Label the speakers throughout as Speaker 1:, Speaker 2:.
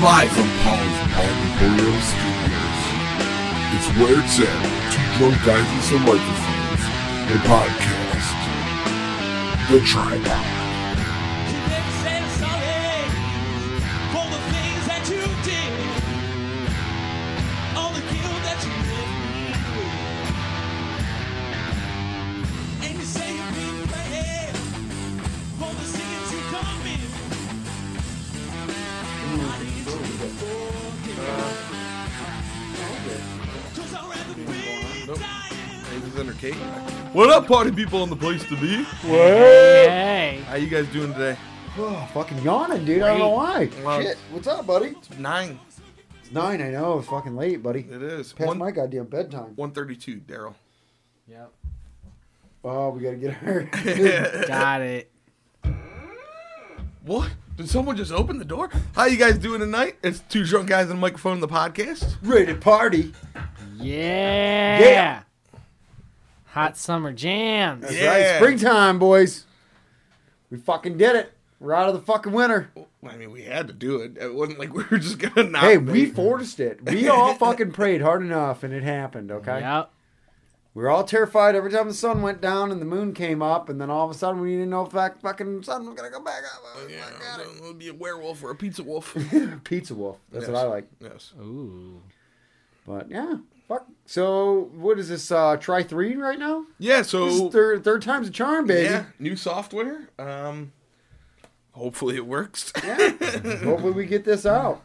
Speaker 1: Live from Paul's Auditorium Studios. It's where it's at. Two drunk guys and some microphones. A podcast. The Tripod.
Speaker 2: What up, party people on the place to be?
Speaker 3: Hey.
Speaker 2: How you guys doing today?
Speaker 3: Oh, fucking yawning, dude. I don't know why.
Speaker 2: Wow.
Speaker 3: Shit. What's up, buddy?
Speaker 2: It's nine.
Speaker 3: It's nine. I know. It's fucking late, buddy.
Speaker 2: It is
Speaker 3: Past
Speaker 2: one
Speaker 3: my goddamn bedtime.
Speaker 2: one thirty two. Daryl.
Speaker 4: Yep.
Speaker 3: Oh, we gotta get her.
Speaker 4: Got it.
Speaker 2: What? Did someone just open the door? How you guys doing tonight? It's two drunk guys and a microphone. The podcast.
Speaker 3: Ready to party?
Speaker 4: Yeah.
Speaker 3: Yeah.
Speaker 4: Hot summer jams.
Speaker 3: That's
Speaker 2: Yeah.
Speaker 3: right. Springtime, boys. We fucking did it. We're out of the fucking winter.
Speaker 2: I mean, we had to do it. It wasn't like we were just gonna not.
Speaker 3: Hey, we
Speaker 2: make it.
Speaker 3: forced it. We all fucking prayed hard enough, and it happened. Okay.
Speaker 4: Yep.
Speaker 3: We were all terrified every time the sun went down and the moon came up, and then all of a sudden we didn't know if that fucking sun was gonna go back up. Oh,
Speaker 2: Yeah,
Speaker 3: my God.
Speaker 2: it'll be a werewolf or a pizza wolf. Oh.
Speaker 3: Pizza Wolf. That's
Speaker 2: Yes.
Speaker 3: what I like.
Speaker 2: yes.
Speaker 4: Ooh.
Speaker 3: But yeah, fuck. So what is this? Uh, try three right now.
Speaker 2: Yeah.
Speaker 3: This
Speaker 2: So
Speaker 3: is third third time's a charm, baby.
Speaker 2: yeah, new software. Um, hopefully it works.
Speaker 3: Hopefully we get this out.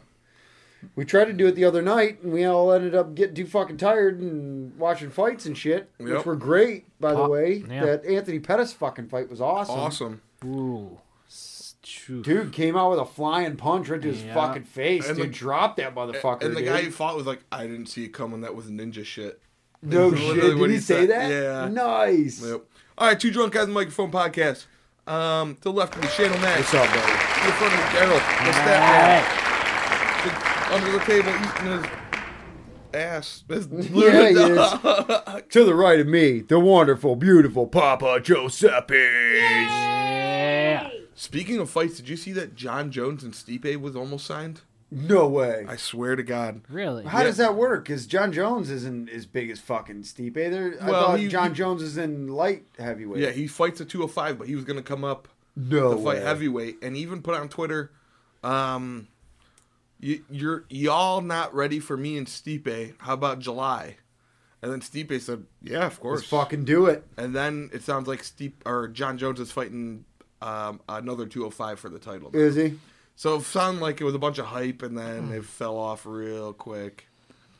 Speaker 3: We tried to do it the other night, and we all ended up getting too fucking tired and watching fights and shit,
Speaker 2: Yep.
Speaker 3: which were great, by the
Speaker 4: Aw-
Speaker 3: way.
Speaker 4: yeah.
Speaker 3: That Anthony Pettis fucking fight was awesome.
Speaker 2: awesome.
Speaker 4: Ooh. S- shoo.
Speaker 3: Dude came out with a flying punch right to his
Speaker 4: Yeah.
Speaker 3: fucking face.
Speaker 2: And
Speaker 3: dude,
Speaker 2: the-
Speaker 3: dropped that motherfucker.
Speaker 2: and the
Speaker 3: dude.
Speaker 2: guy who fought was like, I didn't see it coming. That was ninja shit.
Speaker 3: no
Speaker 2: Literally
Speaker 3: shit,
Speaker 2: what
Speaker 3: did he
Speaker 2: he
Speaker 3: say
Speaker 2: said.
Speaker 3: that?
Speaker 2: Yeah.
Speaker 3: Nice.
Speaker 2: Yep. All right, two drunk guys in the microphone podcast. Um, to the left of me, Shane O'Mac.
Speaker 3: What's up, buddy?
Speaker 2: To the front of me, Daryl. What's that
Speaker 4: Alright.
Speaker 2: man? Under the table, eating his ass. His
Speaker 3: Yeah, he To the right of me, the wonderful, beautiful Papa Giuseppe.
Speaker 4: Yeah.
Speaker 2: Speaking of fights, did you see that John Jones and Stipe was almost signed?
Speaker 3: No way.
Speaker 2: I swear to God.
Speaker 4: Really?
Speaker 3: How
Speaker 2: Yeah.
Speaker 3: does that work? Because John Jones isn't as big as fucking Stipe. There, I
Speaker 2: Well,
Speaker 3: thought
Speaker 2: he-
Speaker 3: John
Speaker 2: he-
Speaker 3: Jones is in light heavyweight.
Speaker 2: Yeah, he fights at 205, but he was going to come up
Speaker 3: no
Speaker 2: to fight
Speaker 3: way.
Speaker 2: heavyweight and even put on Twitter, um, y- you're y'all not ready for me and Stipe. How about July? And then Stipe said, "Yeah, of course."
Speaker 3: Let's fucking do it.
Speaker 2: And then it sounds like Steve or John Jones is fighting um, another 205 for the title.
Speaker 3: Is he?
Speaker 2: So it sounded like it was a bunch of hype, and
Speaker 3: Hmm.
Speaker 2: then it fell off real quick.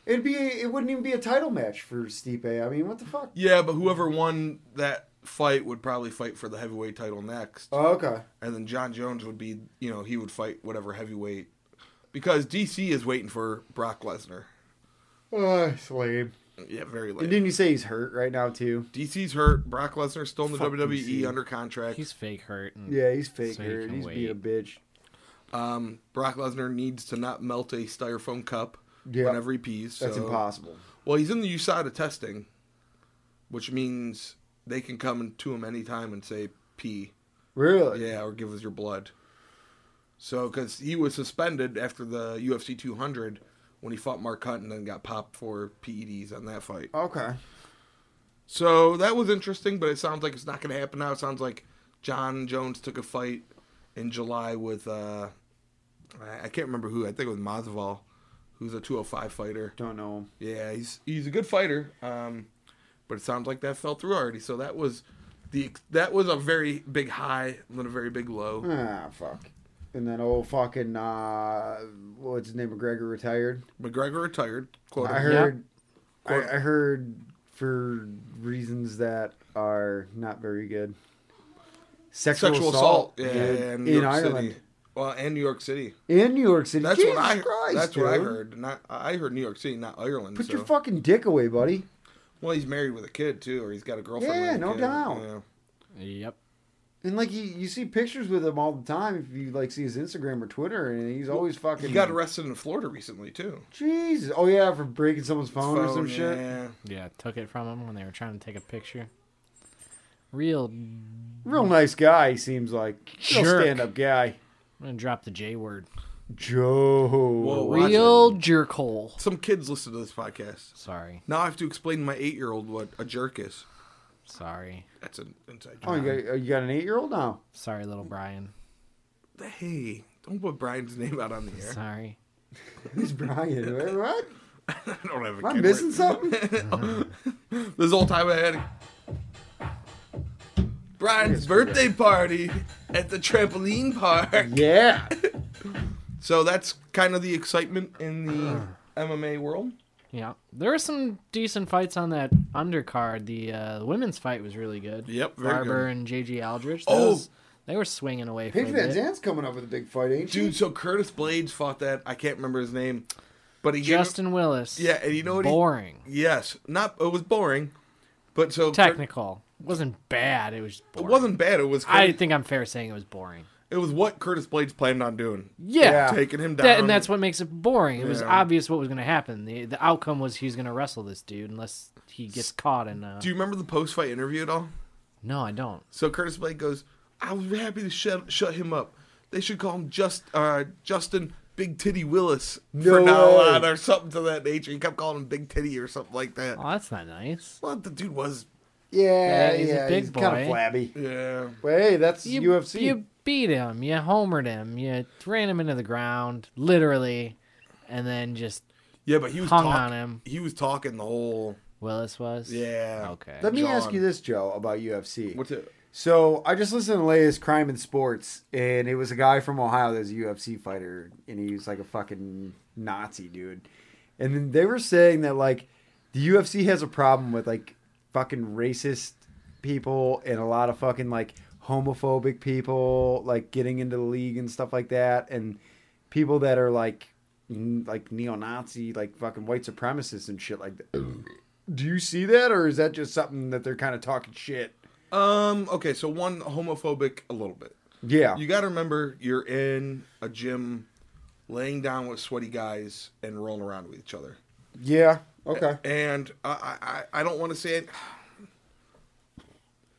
Speaker 3: It'd be. It wouldn't even be a title match for Stipe. I mean, what the fuck?
Speaker 2: Yeah, but whoever won that fight would probably fight for the heavyweight title next,
Speaker 3: Oh, okay.
Speaker 2: and then John Jones would be, you know, he would fight whatever heavyweight because DC is waiting for Brock Lesnar.
Speaker 3: Oh,
Speaker 2: Uh,
Speaker 3: it's lame.
Speaker 2: Yeah, very
Speaker 3: And
Speaker 2: late.
Speaker 3: didn't you say he's hurt right now too?
Speaker 2: DC's hurt. Brock Lesnar's still in the
Speaker 3: Fuck
Speaker 2: WWE
Speaker 3: DC.
Speaker 2: under contract.
Speaker 4: He's fake hurt. and-
Speaker 3: Yeah, he's fake
Speaker 4: So he
Speaker 3: hurt.
Speaker 4: can
Speaker 3: He's
Speaker 4: wait.
Speaker 3: being a bitch.
Speaker 2: Um, Brock Lesnar needs to not melt a styrofoam cup
Speaker 3: Yeah.
Speaker 2: whenever he pees.
Speaker 3: That's
Speaker 2: so-
Speaker 3: impossible.
Speaker 2: Well, he's in the USADA testing, which means they can come to him anytime and say pee,
Speaker 3: Really?
Speaker 2: yeah, or give us your blood. So, because he was suspended after the UFC 200 when he fought Mark Hunt and then got popped for PEDs on that fight.
Speaker 3: Okay.
Speaker 2: So that was interesting, but it sounds like it's not going to happen now. It sounds like John Jones took a fight in July with uh, I I can't remember who. I think it was Masvidal, who's a 205 fighter.
Speaker 3: Don't know him.
Speaker 2: Yeah, he's he's a good fighter. Um, but it sounds like that fell through already. So that was the that was a very big high and then a very big low.
Speaker 3: Ah, fuck. And then old fucking uh, what's his name? McGregor retired.
Speaker 2: McGregor retired. Quote
Speaker 3: I
Speaker 2: unquote.
Speaker 3: heard. I,
Speaker 2: Quote-
Speaker 3: I heard for reasons that are not very good. Sexual,
Speaker 2: sexual
Speaker 3: assault,
Speaker 2: assault. Yeah,
Speaker 3: dude,
Speaker 2: in
Speaker 3: in,
Speaker 2: New York
Speaker 3: Ireland,
Speaker 2: City. Well, and New York City.
Speaker 3: in New York City.
Speaker 2: That's
Speaker 3: Jesus
Speaker 2: what I
Speaker 3: Christ,
Speaker 2: that's what I
Speaker 3: dude.
Speaker 2: heard. Not I heard New York City, not Ireland.
Speaker 3: Put
Speaker 2: so.
Speaker 3: your fucking dick away, buddy.
Speaker 2: Well, he's married with a kid too, or he's got a girlfriend.
Speaker 3: Yeah,
Speaker 2: with a
Speaker 3: no
Speaker 2: kid.
Speaker 3: doubt.
Speaker 2: Yeah.
Speaker 4: Yep.
Speaker 3: And like you, you see pictures with him all the time. If you like see his Instagram or Twitter, and he's always fucking.
Speaker 2: He got arrested in Florida recently too.
Speaker 3: Jesus. Oh yeah, for breaking someone's phone, or some
Speaker 2: Phone,
Speaker 3: shit.
Speaker 2: yeah.
Speaker 4: Yeah. Took it from him when they were trying to take a picture. Real. I'm
Speaker 3: Real nice guy, he seems like. Real
Speaker 4: Jerk.
Speaker 3: stand up guy.
Speaker 4: gonna drop the J word.
Speaker 3: Joe.
Speaker 2: Whoa, watch
Speaker 4: Real
Speaker 2: it.
Speaker 4: jerkhole.
Speaker 2: Some kids listen to this podcast.
Speaker 4: Sorry,
Speaker 2: Now I have to explain to my eight-year-old what a jerk is.
Speaker 4: sorry,
Speaker 2: That's an inside
Speaker 3: Oh,
Speaker 2: joke.
Speaker 3: you got, you got an eight year old now?
Speaker 4: sorry, little Brian.
Speaker 3: Oh.
Speaker 2: Hey, don't put Brian's name out on the air.
Speaker 4: Sorry.
Speaker 3: Who's Brian? Wait, What?
Speaker 2: I don't have a
Speaker 3: Am I
Speaker 2: kid
Speaker 3: missing
Speaker 2: right-
Speaker 3: something?
Speaker 2: This whole time I had a- Brian's birthday party at the trampoline park.
Speaker 3: yeah.
Speaker 2: So that's kind of the excitement in the MMA world.
Speaker 4: Yeah, there were some decent fights on that undercard. The uh, the women's fight was really good.
Speaker 2: Yep, very
Speaker 4: Barber
Speaker 2: good.
Speaker 4: and JG Aldrich.
Speaker 2: Oh!
Speaker 4: those- they were swinging away for
Speaker 3: Paige
Speaker 4: a
Speaker 3: Van
Speaker 4: bit.
Speaker 3: Zandt's coming up with a big fight, ain't she?
Speaker 2: Dude, so Curtis Blades fought that. I can't remember his name, but he gave him-
Speaker 4: Justin Willis.
Speaker 2: yeah, and you know what? he-
Speaker 4: boring.
Speaker 2: yes, not it was boring, but so Cur-
Speaker 4: Technical. It wasn't bad. It was. Just
Speaker 2: It
Speaker 4: boring.
Speaker 2: wasn't bad. It was
Speaker 4: I
Speaker 2: Curtis,
Speaker 4: think I'm fair saying it was boring.
Speaker 2: it was what Curtis Blades planned on doing,
Speaker 4: Yeah.
Speaker 2: taking him down.
Speaker 4: That, and that's what makes it boring. It was
Speaker 2: Yeah.
Speaker 4: obvious what was going to happen. The the outcome was he's going to wrestle this dude unless he gets caught in a.
Speaker 2: Do you remember the post-fight interview at all?
Speaker 4: No, I don't.
Speaker 2: So Curtis Blade goes, "I was happy to shut shut him up. They should call him just uh, Justin Big Titty Willis
Speaker 3: No
Speaker 2: for now
Speaker 3: way.
Speaker 2: on, or something to that nature." He kept calling him Big Titty or something like that.
Speaker 4: Oh, that's not nice.
Speaker 2: Well, the dude was,
Speaker 3: Yeah,
Speaker 4: Yeah, he's a
Speaker 3: yeah,
Speaker 4: big
Speaker 3: he's kind
Speaker 4: boy.
Speaker 3: of flabby.
Speaker 2: yeah.
Speaker 3: Well, hey, that's
Speaker 4: You,
Speaker 3: UFC.
Speaker 4: You beat him. You homered him. You ran him into the ground, literally, and then just
Speaker 2: Yeah, but he was
Speaker 4: Hung
Speaker 2: talking.
Speaker 4: on him.
Speaker 2: He was talking the whole.
Speaker 4: Willis was.
Speaker 2: Yeah.
Speaker 4: Okay.
Speaker 3: Let me
Speaker 2: John.
Speaker 3: ask you this, Joe, about UFC.
Speaker 2: What's it?
Speaker 3: So I just listened to Lay's Crime and Sports, and it was a guy from Ohio that was a UFC fighter, and he was like a fucking Nazi dude. And then they were saying that like the UFC has a problem with like fucking racist people and a lot of fucking like homophobic people like getting into the league and stuff like that, and people that are like n- like neo-Nazi, like fucking white supremacists and shit like that. Do you see that, or is that just something that they're kind of talking shit?
Speaker 2: Um. Okay. So one homophobic a little bit.
Speaker 3: Yeah.
Speaker 2: You got to remember, you're in a gym, laying down with sweaty guys and rolling around with each other.
Speaker 3: Yeah. Okay.
Speaker 2: And I, I, I- I don't want to say it.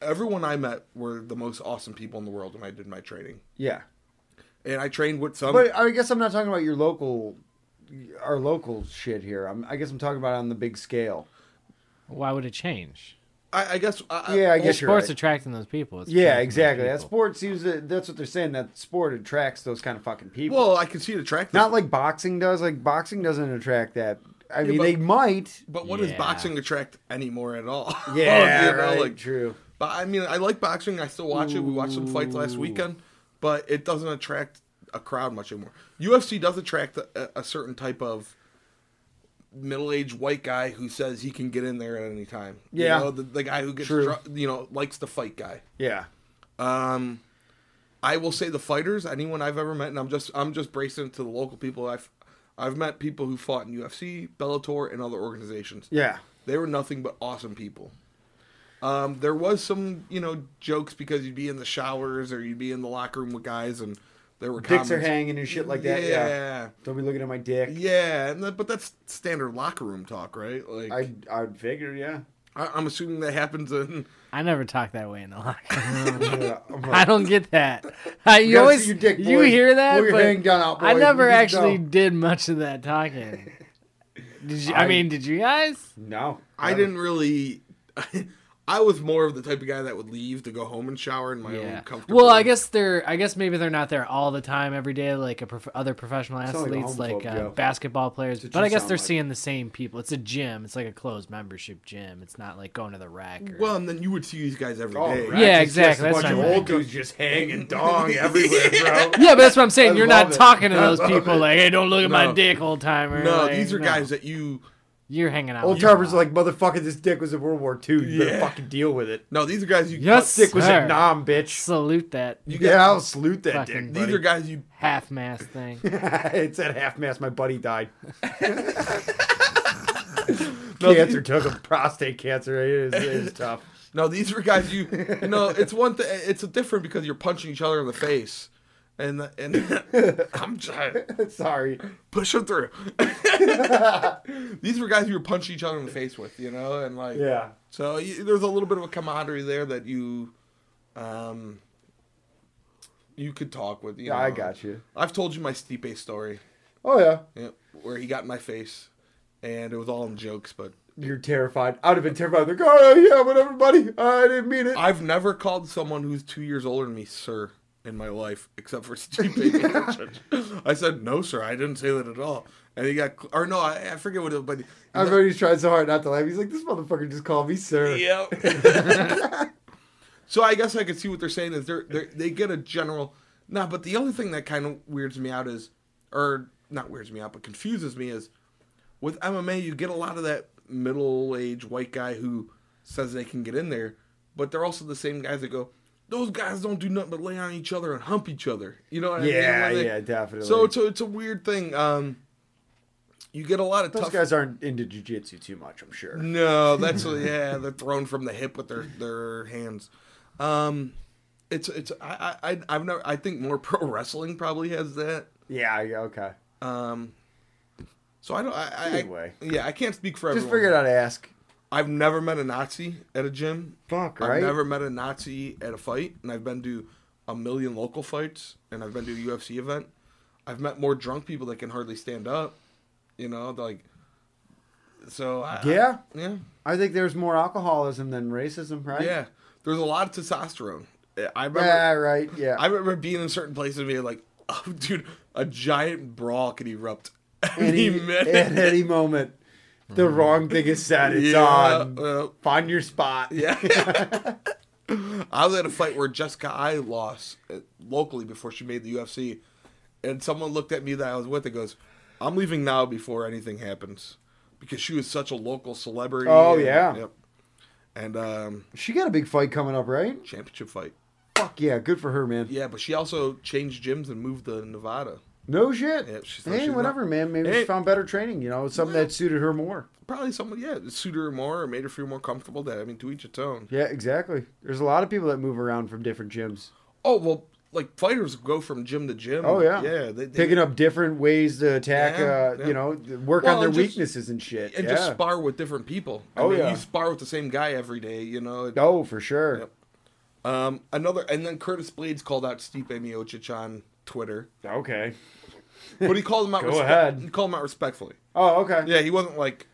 Speaker 2: Everyone I met were the most awesome people in the world when I did my training,
Speaker 3: Yeah.
Speaker 2: and I trained with some.
Speaker 3: But I guess I'm not talking about your local, our local shit here. I'm, I guess I'm talking about on the big scale.
Speaker 4: Why would it change?
Speaker 2: I, I guess. I,
Speaker 3: Yeah, I
Speaker 4: Well,
Speaker 3: guess you're
Speaker 4: sports
Speaker 3: right.
Speaker 4: attracting those people. It's
Speaker 3: Yeah,
Speaker 4: attracting those
Speaker 3: exactly. That
Speaker 4: people.
Speaker 3: sport seems to, that's what they're saying. That sport attracts those kind of fucking people.
Speaker 2: Well, I can see it attractive.
Speaker 3: not like boxing does. Like boxing doesn't attract that. I mean,
Speaker 2: but-
Speaker 3: they might.
Speaker 2: but what does
Speaker 4: Yeah.
Speaker 2: boxing attract anymore at all?
Speaker 3: Yeah,
Speaker 2: You know,
Speaker 3: right,
Speaker 2: Oh, like-
Speaker 3: true.
Speaker 2: But I mean, I like boxing. I still watch it. We watched some fights last weekend, but it doesn't attract a crowd much anymore. UFC does attract a, a certain type of middle-aged white guy who says he can get in there at any time. You
Speaker 3: Yeah.
Speaker 2: know, the, the guy who gets
Speaker 3: True.
Speaker 2: dr- you know likes the fight guy.
Speaker 3: Yeah.
Speaker 2: Um, I will say the fighters, anyone I've ever met, and I'm just I'm just bracing it to the local people I've I've met people who fought in UFC, Bellator, and other organizations.
Speaker 3: Yeah.
Speaker 2: They were nothing but awesome people. Um, there was some, you know, jokes because you'd be in the showers or you'd be in the locker room with guys, and there were
Speaker 3: Dicks are
Speaker 2: comments.
Speaker 3: hanging and shit like that. Yeah.
Speaker 2: yeah,
Speaker 3: Don't be looking at my dick.
Speaker 2: yeah. And that, but that's standard locker room talk, right? Like, I,
Speaker 3: I I'd figure. Yeah.
Speaker 2: I'm assuming that happens in.
Speaker 4: I never talk that way in the locker room.
Speaker 3: yeah. I'm like,
Speaker 4: I don't get that. I, you
Speaker 3: gotta
Speaker 4: always
Speaker 3: see your dick,
Speaker 4: you
Speaker 3: boy.
Speaker 4: hear that,
Speaker 3: Pull your
Speaker 4: but
Speaker 3: hang gun out,
Speaker 4: I
Speaker 3: boy.
Speaker 4: never
Speaker 3: You just
Speaker 4: actually
Speaker 3: know.
Speaker 4: did much of that talking. Did you, I,
Speaker 3: I-
Speaker 4: mean, did you guys?
Speaker 3: no.
Speaker 2: I didn't really. I was more of the type of guy that would leave to go home and shower in my own
Speaker 4: Yeah.
Speaker 2: comfortable.
Speaker 4: Well, I guess they're. I guess maybe they're not there all the time every day, like a prof- other professional
Speaker 3: sound like a
Speaker 4: athletes, like,
Speaker 3: homophobe,
Speaker 4: uh,
Speaker 3: Joe.
Speaker 4: basketball players.
Speaker 3: That's
Speaker 4: But
Speaker 3: what you
Speaker 4: I guess
Speaker 3: sound
Speaker 4: they're
Speaker 3: like.
Speaker 4: seeing the same people. It's a gym. It's like a closed membership gym. It's not like going to the rack. Or,
Speaker 2: Well, and then you would see these guys every day.
Speaker 3: Oh, right.
Speaker 4: Yeah,
Speaker 3: It's just
Speaker 4: exactly,
Speaker 3: A
Speaker 4: that's
Speaker 3: bunch of
Speaker 4: what I meant.
Speaker 3: old dudes just hanging dong everywhere, bro.
Speaker 4: yeah, but that's what I'm saying.
Speaker 3: I
Speaker 4: You're not
Speaker 3: love it.
Speaker 4: talking to
Speaker 3: I
Speaker 4: those
Speaker 3: love
Speaker 4: people.
Speaker 3: it.
Speaker 4: Like, hey, don't look at my
Speaker 2: No.
Speaker 4: dick, old timer.
Speaker 2: No,
Speaker 4: Like,
Speaker 2: these are
Speaker 4: no.
Speaker 2: guys that you.
Speaker 4: You're hanging out.
Speaker 3: Old
Speaker 4: with them.
Speaker 3: timers are like, motherfucker, this dick was in World War II. You better
Speaker 2: Yeah.
Speaker 3: fucking deal with it.
Speaker 2: No, these are guys you.
Speaker 4: Yes.
Speaker 3: Dick was
Speaker 4: Sir.
Speaker 3: in Nam, bitch.
Speaker 4: salute that
Speaker 2: You
Speaker 3: yeah,
Speaker 2: got-
Speaker 3: I'll salute that
Speaker 4: Fucking-
Speaker 3: dick.
Speaker 2: These are guys you
Speaker 4: half mass thing.
Speaker 3: it's at half mast. My buddy died.
Speaker 2: No,
Speaker 3: cancer
Speaker 2: these-
Speaker 3: took him. Prostate cancer. It is, it is tough.
Speaker 2: No, these were guys you. No, it's one thing. It's a different because you're punching each other in the face, and and I'm trying
Speaker 3: Sorry.
Speaker 2: push them through. these were guys you were punching each other in the face with, you know, and like
Speaker 3: Yeah.
Speaker 2: So you, there's a little bit of a camaraderie there that you, um, you could talk with. You
Speaker 3: Yeah, I
Speaker 2: know.
Speaker 3: got you.
Speaker 2: I've told you my Stipe story,
Speaker 3: Oh yeah,
Speaker 2: yeah, where he got in my face, and it was all in jokes. But
Speaker 3: you're terrified. I'd have been terrified. Like, oh yeah, whatever, buddy. I didn't mean it.
Speaker 2: I've never called someone who's two years older than me sir in my life, except for Stipe. I said no, sir. I didn't say that at all. And he got, or no, I, I forget what it was, but
Speaker 3: I remember he's trying so hard not to laugh. He's like, this motherfucker just called me sir.
Speaker 2: Yep. so I guess I could see what they're saying is they're, they're they get a general. Nah, but the only thing that kind of weirds me out is, or not weirds me out, but confuses me is, with MMA you get a lot of that middle-aged white guy who says they can get in there, but they're also the same guys that go, those guys don't do nothing but lay on each other and hump each other. You know what
Speaker 3: Yeah,
Speaker 2: I mean? Like,
Speaker 3: yeah, definitely.
Speaker 2: So it's a, it's a weird thing. Um, you get a lot of
Speaker 3: those
Speaker 2: tough
Speaker 3: guys aren't into jujitsu too much, I'm sure.
Speaker 2: no, that's yeah, they're thrown from the hip with their their hands. Um, it's it's I I I- I've never I think more pro wrestling probably has that.
Speaker 3: Yeah, yeah, okay.
Speaker 2: Um, so I don't I, I
Speaker 3: Either way.
Speaker 2: yeah I can't speak for
Speaker 3: Just
Speaker 2: everyone.
Speaker 3: figured I'd ask.
Speaker 2: I've never met a Nazi at a gym.
Speaker 3: Fuck,
Speaker 2: I've
Speaker 3: right?
Speaker 2: never met a Nazi at a fight, and I've been to a million local fights, and I've been to a UFC event. I've met more drunk people that can hardly stand up. You know, like so. I,
Speaker 3: Yeah,
Speaker 2: yeah.
Speaker 3: I think there's more alcoholism than racism, right?
Speaker 2: Yeah, there's a lot of testosterone. I remember,
Speaker 3: Yeah, right. Yeah.
Speaker 2: I remember being in certain places and being like, "Oh, dude, a giant brawl could erupt any,
Speaker 3: any,
Speaker 2: minute."
Speaker 3: at any moment, the wrong thing is said. It's
Speaker 2: yeah,
Speaker 3: on.
Speaker 2: uh,
Speaker 3: Find your spot.
Speaker 2: yeah. I was at a fight where Jessica I lost uh, locally before she made the UFC, and someone looked at me that I was with and goes, "I'm leaving now before anything happens," because she was such a local celebrity.
Speaker 3: Oh,
Speaker 2: and-
Speaker 3: yeah.
Speaker 2: yep. And um,
Speaker 3: She got a big fight coming up, right?
Speaker 2: championship fight.
Speaker 3: Fuck yeah, good for her, man.
Speaker 2: Yeah, but she also changed gyms and moved to Nevada.
Speaker 3: No shit.
Speaker 2: Yeah, she's-
Speaker 3: hey,
Speaker 2: she's not-
Speaker 3: whatever, man. Maybe
Speaker 2: Hey.
Speaker 3: she found better training. You know, something that suited her more.
Speaker 2: Probably someone, yeah, it suited her more or made her feel more comfortable. That I mean, to each its own.
Speaker 3: Yeah, exactly. There's a lot of people that move around from different gyms,
Speaker 2: Oh well, like fighters go from gym to gym.
Speaker 3: Oh, yeah.
Speaker 2: yeah, they, they,
Speaker 3: picking up different ways to attack.
Speaker 2: Yeah,
Speaker 3: uh,
Speaker 2: yeah.
Speaker 3: You know, th- work
Speaker 2: Well,
Speaker 3: on their
Speaker 2: and just-
Speaker 3: weaknesses and shit.
Speaker 2: and
Speaker 3: yeah.
Speaker 2: just spar with different people. I
Speaker 3: Oh,
Speaker 2: mean,
Speaker 3: yeah.
Speaker 2: you spar with the same guy every day. You know, It-
Speaker 3: oh, for sure.
Speaker 2: Yep. um, another and then Curtis Blades called out Stipe Miocic on Twitter,
Speaker 3: Okay.
Speaker 2: but he called him out.
Speaker 3: Go
Speaker 2: respe-
Speaker 3: ahead.
Speaker 2: He called him out respectfully.
Speaker 3: Oh, okay.
Speaker 2: Yeah, he wasn't like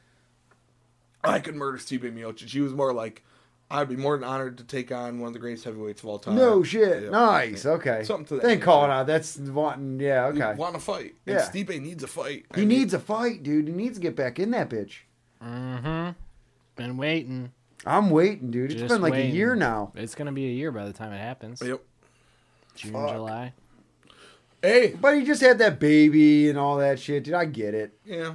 Speaker 2: I could murder Stipe Miocic. He was more like I'd be more than honored to take on one of the greatest heavyweights of all time.
Speaker 3: No shit.
Speaker 2: Uh, Yeah.
Speaker 3: Nice. Okay.
Speaker 2: Something to that
Speaker 3: They
Speaker 2: nature.
Speaker 3: call it out. That's wanting. Yeah.
Speaker 2: You
Speaker 3: Okay.
Speaker 2: want to fight.
Speaker 3: Yeah.
Speaker 2: And Stipe needs a fight. I
Speaker 3: He
Speaker 2: mean,
Speaker 3: needs a fight, dude. He needs to get back in that bitch.
Speaker 4: Mm-hmm. Been waiting.
Speaker 3: I'm waiting, dude. It's
Speaker 4: Just
Speaker 3: been like a
Speaker 4: waiting.
Speaker 3: year now.
Speaker 4: It's gonna be a year by the time it happens.
Speaker 2: Yep.
Speaker 4: June,
Speaker 3: Fuck.
Speaker 4: July.
Speaker 2: Hey.
Speaker 3: But he just had that baby and all that shit, dude. I get it.
Speaker 2: Yeah.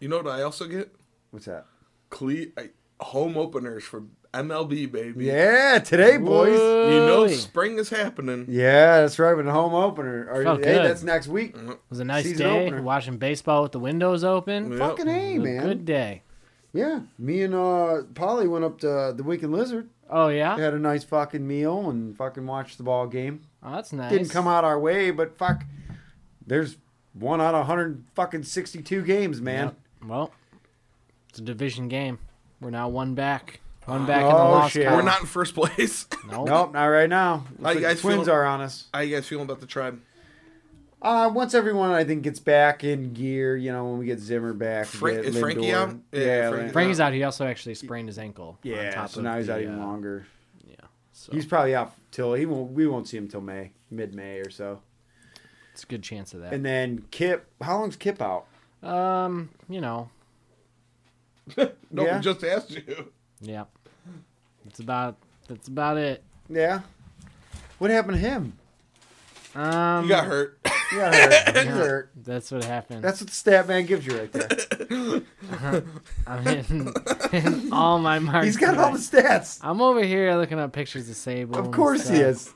Speaker 2: You know what I also get?
Speaker 3: What's that?
Speaker 2: Cle- I, home openers for MLB, baby.
Speaker 3: Yeah, today, boys.
Speaker 4: Whoa.
Speaker 2: You know
Speaker 4: Hey.
Speaker 2: spring is happening.
Speaker 3: Yeah, that's right. With the home opener. Or,
Speaker 4: Felt
Speaker 3: hey,
Speaker 4: good.
Speaker 3: that's next week.
Speaker 4: It was a nice
Speaker 3: Season
Speaker 4: day
Speaker 3: opener.
Speaker 4: watching baseball with the windows open.
Speaker 2: Yeah.
Speaker 3: Fucking
Speaker 4: It
Speaker 3: hey,
Speaker 4: was a
Speaker 3: man.
Speaker 4: Good day.
Speaker 3: Yeah, me and uh Polly went up to the Weekend Lizard.
Speaker 4: Oh yeah.
Speaker 3: Had a nice fucking meal and fucking watched the ball game.
Speaker 4: Oh, that's nice.
Speaker 3: Didn't come out our way, but fuck, there's one out of 100 fucking 62 games, man.
Speaker 4: Well, it's a division game. We're now one back. One back in the
Speaker 3: Oh,
Speaker 4: loss
Speaker 3: shit.
Speaker 4: column.
Speaker 2: We're not in first place.
Speaker 4: No.
Speaker 3: Nope, not right now. Looks
Speaker 2: How you
Speaker 3: like the
Speaker 2: guys
Speaker 3: twins
Speaker 2: feel-
Speaker 3: are on us.
Speaker 2: How you guys feeling about the tribe?
Speaker 3: Uh, once everyone, I think, gets back in gear, you know, when we get Zimmer back. we
Speaker 2: Frank-
Speaker 3: get
Speaker 2: is Frankie
Speaker 3: Lindor.
Speaker 2: out?
Speaker 3: Yeah,
Speaker 2: Yeah,
Speaker 3: yeah
Speaker 2: Frankie-
Speaker 3: Lin-
Speaker 4: Frankie's out. He also actually sprained his ankle. on
Speaker 3: yeah
Speaker 4: top
Speaker 3: so
Speaker 4: of
Speaker 3: now he's
Speaker 4: the,
Speaker 3: out even
Speaker 4: uh,
Speaker 3: longer.
Speaker 4: So
Speaker 3: He's probably out till he won't. We won't see him till May, mid May or so.
Speaker 4: it's a good chance of that.
Speaker 3: And then Kip, how long's Kip out?
Speaker 4: um, you know,
Speaker 2: No,
Speaker 3: Yeah.
Speaker 2: we just asked you.
Speaker 4: yeah. That's about. That's about it.
Speaker 3: Yeah. What happened to him?
Speaker 4: Um,
Speaker 2: You got hurt.
Speaker 3: He got hurt. He's
Speaker 4: yeah,
Speaker 3: hurt.
Speaker 4: That's what happened.
Speaker 3: That's what the stat man gives you right there.
Speaker 4: I'm hitting, hitting all my marks.
Speaker 3: He's got all the
Speaker 4: tonight.
Speaker 3: stats.
Speaker 4: I'm over here looking up pictures of Sable.
Speaker 3: Of
Speaker 4: and
Speaker 3: course he
Speaker 4: stuff.
Speaker 3: is.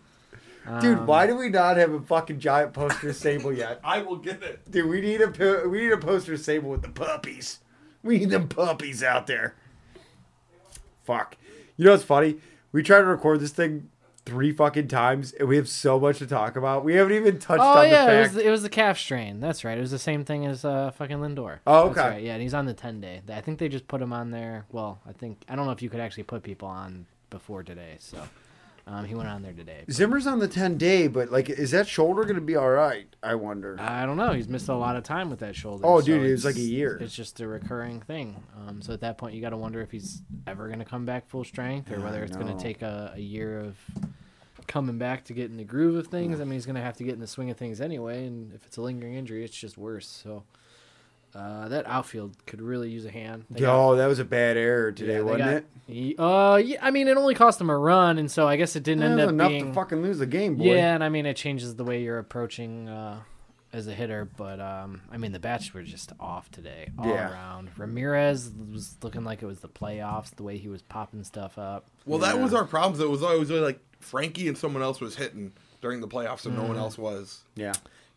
Speaker 3: Dude,
Speaker 4: Oh, Um,
Speaker 3: why do we not have a fucking giant poster of Sable yet?
Speaker 2: I will get it.
Speaker 3: Dude, we need a pu- we need a poster of Sable with the puppies. We need them puppies out there. Fuck. You know what's funny? We tried to record this thing three fucking times, and we have so much to talk about. We haven't even touched
Speaker 4: Oh
Speaker 3: on
Speaker 4: yeah,
Speaker 3: the
Speaker 4: it
Speaker 3: fact.
Speaker 4: was, it was the calf strain. That's right. It was the same thing as uh, fucking Lindor.
Speaker 3: Oh,
Speaker 4: That's
Speaker 3: okay.
Speaker 4: right. Yeah, and he's on the ten day. I think they just put him on there. Well, I think I don't know if you could actually put people on before today. So Um, he went on there today.
Speaker 3: Zimmer's on the ten day, but like, is that shoulder going to be all right? I wonder.
Speaker 4: I don't know. He's missed a lot of time with that shoulder.
Speaker 3: Oh, dude, it was
Speaker 4: it's-
Speaker 3: like a year.
Speaker 4: It's just a recurring thing. Um, so at that point, you got to wonder if he's ever going to come back full strength, or whether it's going
Speaker 3: know.
Speaker 4: to take a, a year of coming back to get in the groove of things. I mean, he's going to have to get in the swing of things anyway, and if it's a lingering injury, it's just worse. So uh, that outfield could really use a hand. They got-
Speaker 3: oh, that was a bad error today,
Speaker 4: yeah, they
Speaker 3: wasn't
Speaker 4: got-
Speaker 3: it?
Speaker 4: Ye- Uh, yeah, I mean, it only cost him a run, and so I guess it didn't end
Speaker 3: That was
Speaker 4: up
Speaker 3: enough
Speaker 4: being
Speaker 3: to fucking lose the game, boy.
Speaker 4: yeah, and I mean it changes the way you're approaching uh, as a hitter, but um, I mean the bats were just off today all
Speaker 3: Yeah.
Speaker 4: around. Ramirez was looking like it was the playoffs, the way he was popping stuff up.
Speaker 2: Well, that was our problems. It was always like Frankie and someone else was hitting during the playoffs, and no
Speaker 3: Mm.
Speaker 2: one else was.
Speaker 3: yeah.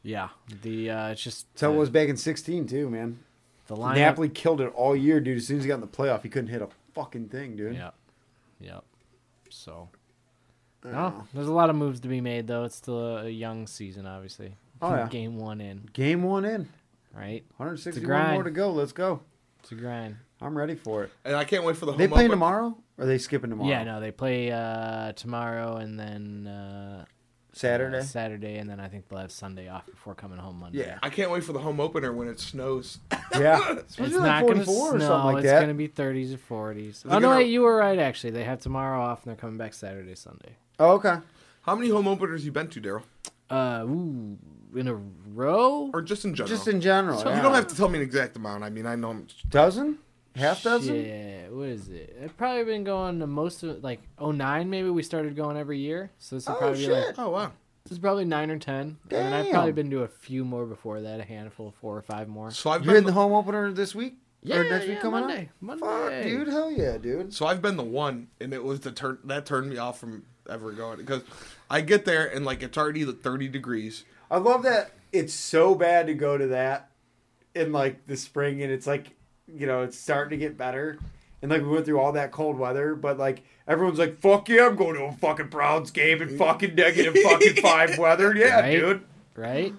Speaker 4: Yeah, the uh, it's just
Speaker 3: So it
Speaker 4: the,
Speaker 3: was back in sixteen too, man.
Speaker 4: the lineup.
Speaker 3: Napoli killed it all year, dude. As soon as he got in the playoff, he couldn't hit a fucking thing, dude.
Speaker 4: Yep, yep. So.
Speaker 3: Mm.
Speaker 4: No, there's a lot of moves to be made though. It's still a a young season, obviously.
Speaker 3: Oh, yeah.
Speaker 4: Game one in,
Speaker 3: Game one in,
Speaker 4: right? It's a
Speaker 3: 161
Speaker 4: grind.
Speaker 3: more to go. Let's go.
Speaker 4: It's a grind.
Speaker 3: I'm ready for it.
Speaker 2: And I can't wait for the home
Speaker 3: they playing
Speaker 2: open-
Speaker 3: tomorrow? Or are they skipping tomorrow?
Speaker 4: Yeah, no, they play uh, tomorrow and then uh,
Speaker 3: Saturday.
Speaker 4: Uh, Saturday, and then I think they'll have Sunday off before coming home Monday.
Speaker 3: Yeah.
Speaker 2: I can't wait for the home opener when it snows.
Speaker 3: yeah.
Speaker 4: It's
Speaker 3: Especially like
Speaker 4: not going to
Speaker 3: 44
Speaker 4: snow.
Speaker 3: or something like
Speaker 4: it's
Speaker 3: that.
Speaker 4: going to be 30s or 40s.
Speaker 2: They're
Speaker 4: Oh, no,
Speaker 2: gonna-
Speaker 4: wait, you were right, actually. They have tomorrow off, and they're coming back Saturday, Sunday.
Speaker 3: Oh, okay.
Speaker 2: How many home openers you been to, Daryl,
Speaker 4: Uh, ooh, in a row?
Speaker 2: or just in general?
Speaker 3: Just in general.
Speaker 2: You don't have to tell me an exact amount. I mean, I know. I'm
Speaker 3: dozen, half dozen.
Speaker 4: Yeah, what is it? I've probably been going to most of, like, 09 maybe we started going every year. So this will
Speaker 3: Oh,
Speaker 4: probably be like,
Speaker 3: shit.
Speaker 2: Oh wow!
Speaker 4: this is probably 9 or 10. And then I've
Speaker 3: Damn.
Speaker 4: probably been to a few more before that, a handful, four or five more.
Speaker 2: So I've
Speaker 3: You're in
Speaker 2: been
Speaker 3: the
Speaker 2: the,
Speaker 3: home opener this week or next week coming
Speaker 4: Monday.
Speaker 3: up.
Speaker 4: Monday.
Speaker 3: Fuck, dude, hell yeah, dude.
Speaker 2: so I've been the one, and it was the turn that turned me off from ever going because I get there and like it's already like thirty degrees.
Speaker 3: I love that. It's so bad to go to that in like the spring, and it's like you know it's starting to get better. And like we went through all that cold weather, but like everyone's like, "Fuck yeah, I'm going to a fucking Browns game in fucking negative fucking five weather." Yeah,
Speaker 4: Right?
Speaker 3: dude.
Speaker 4: Right?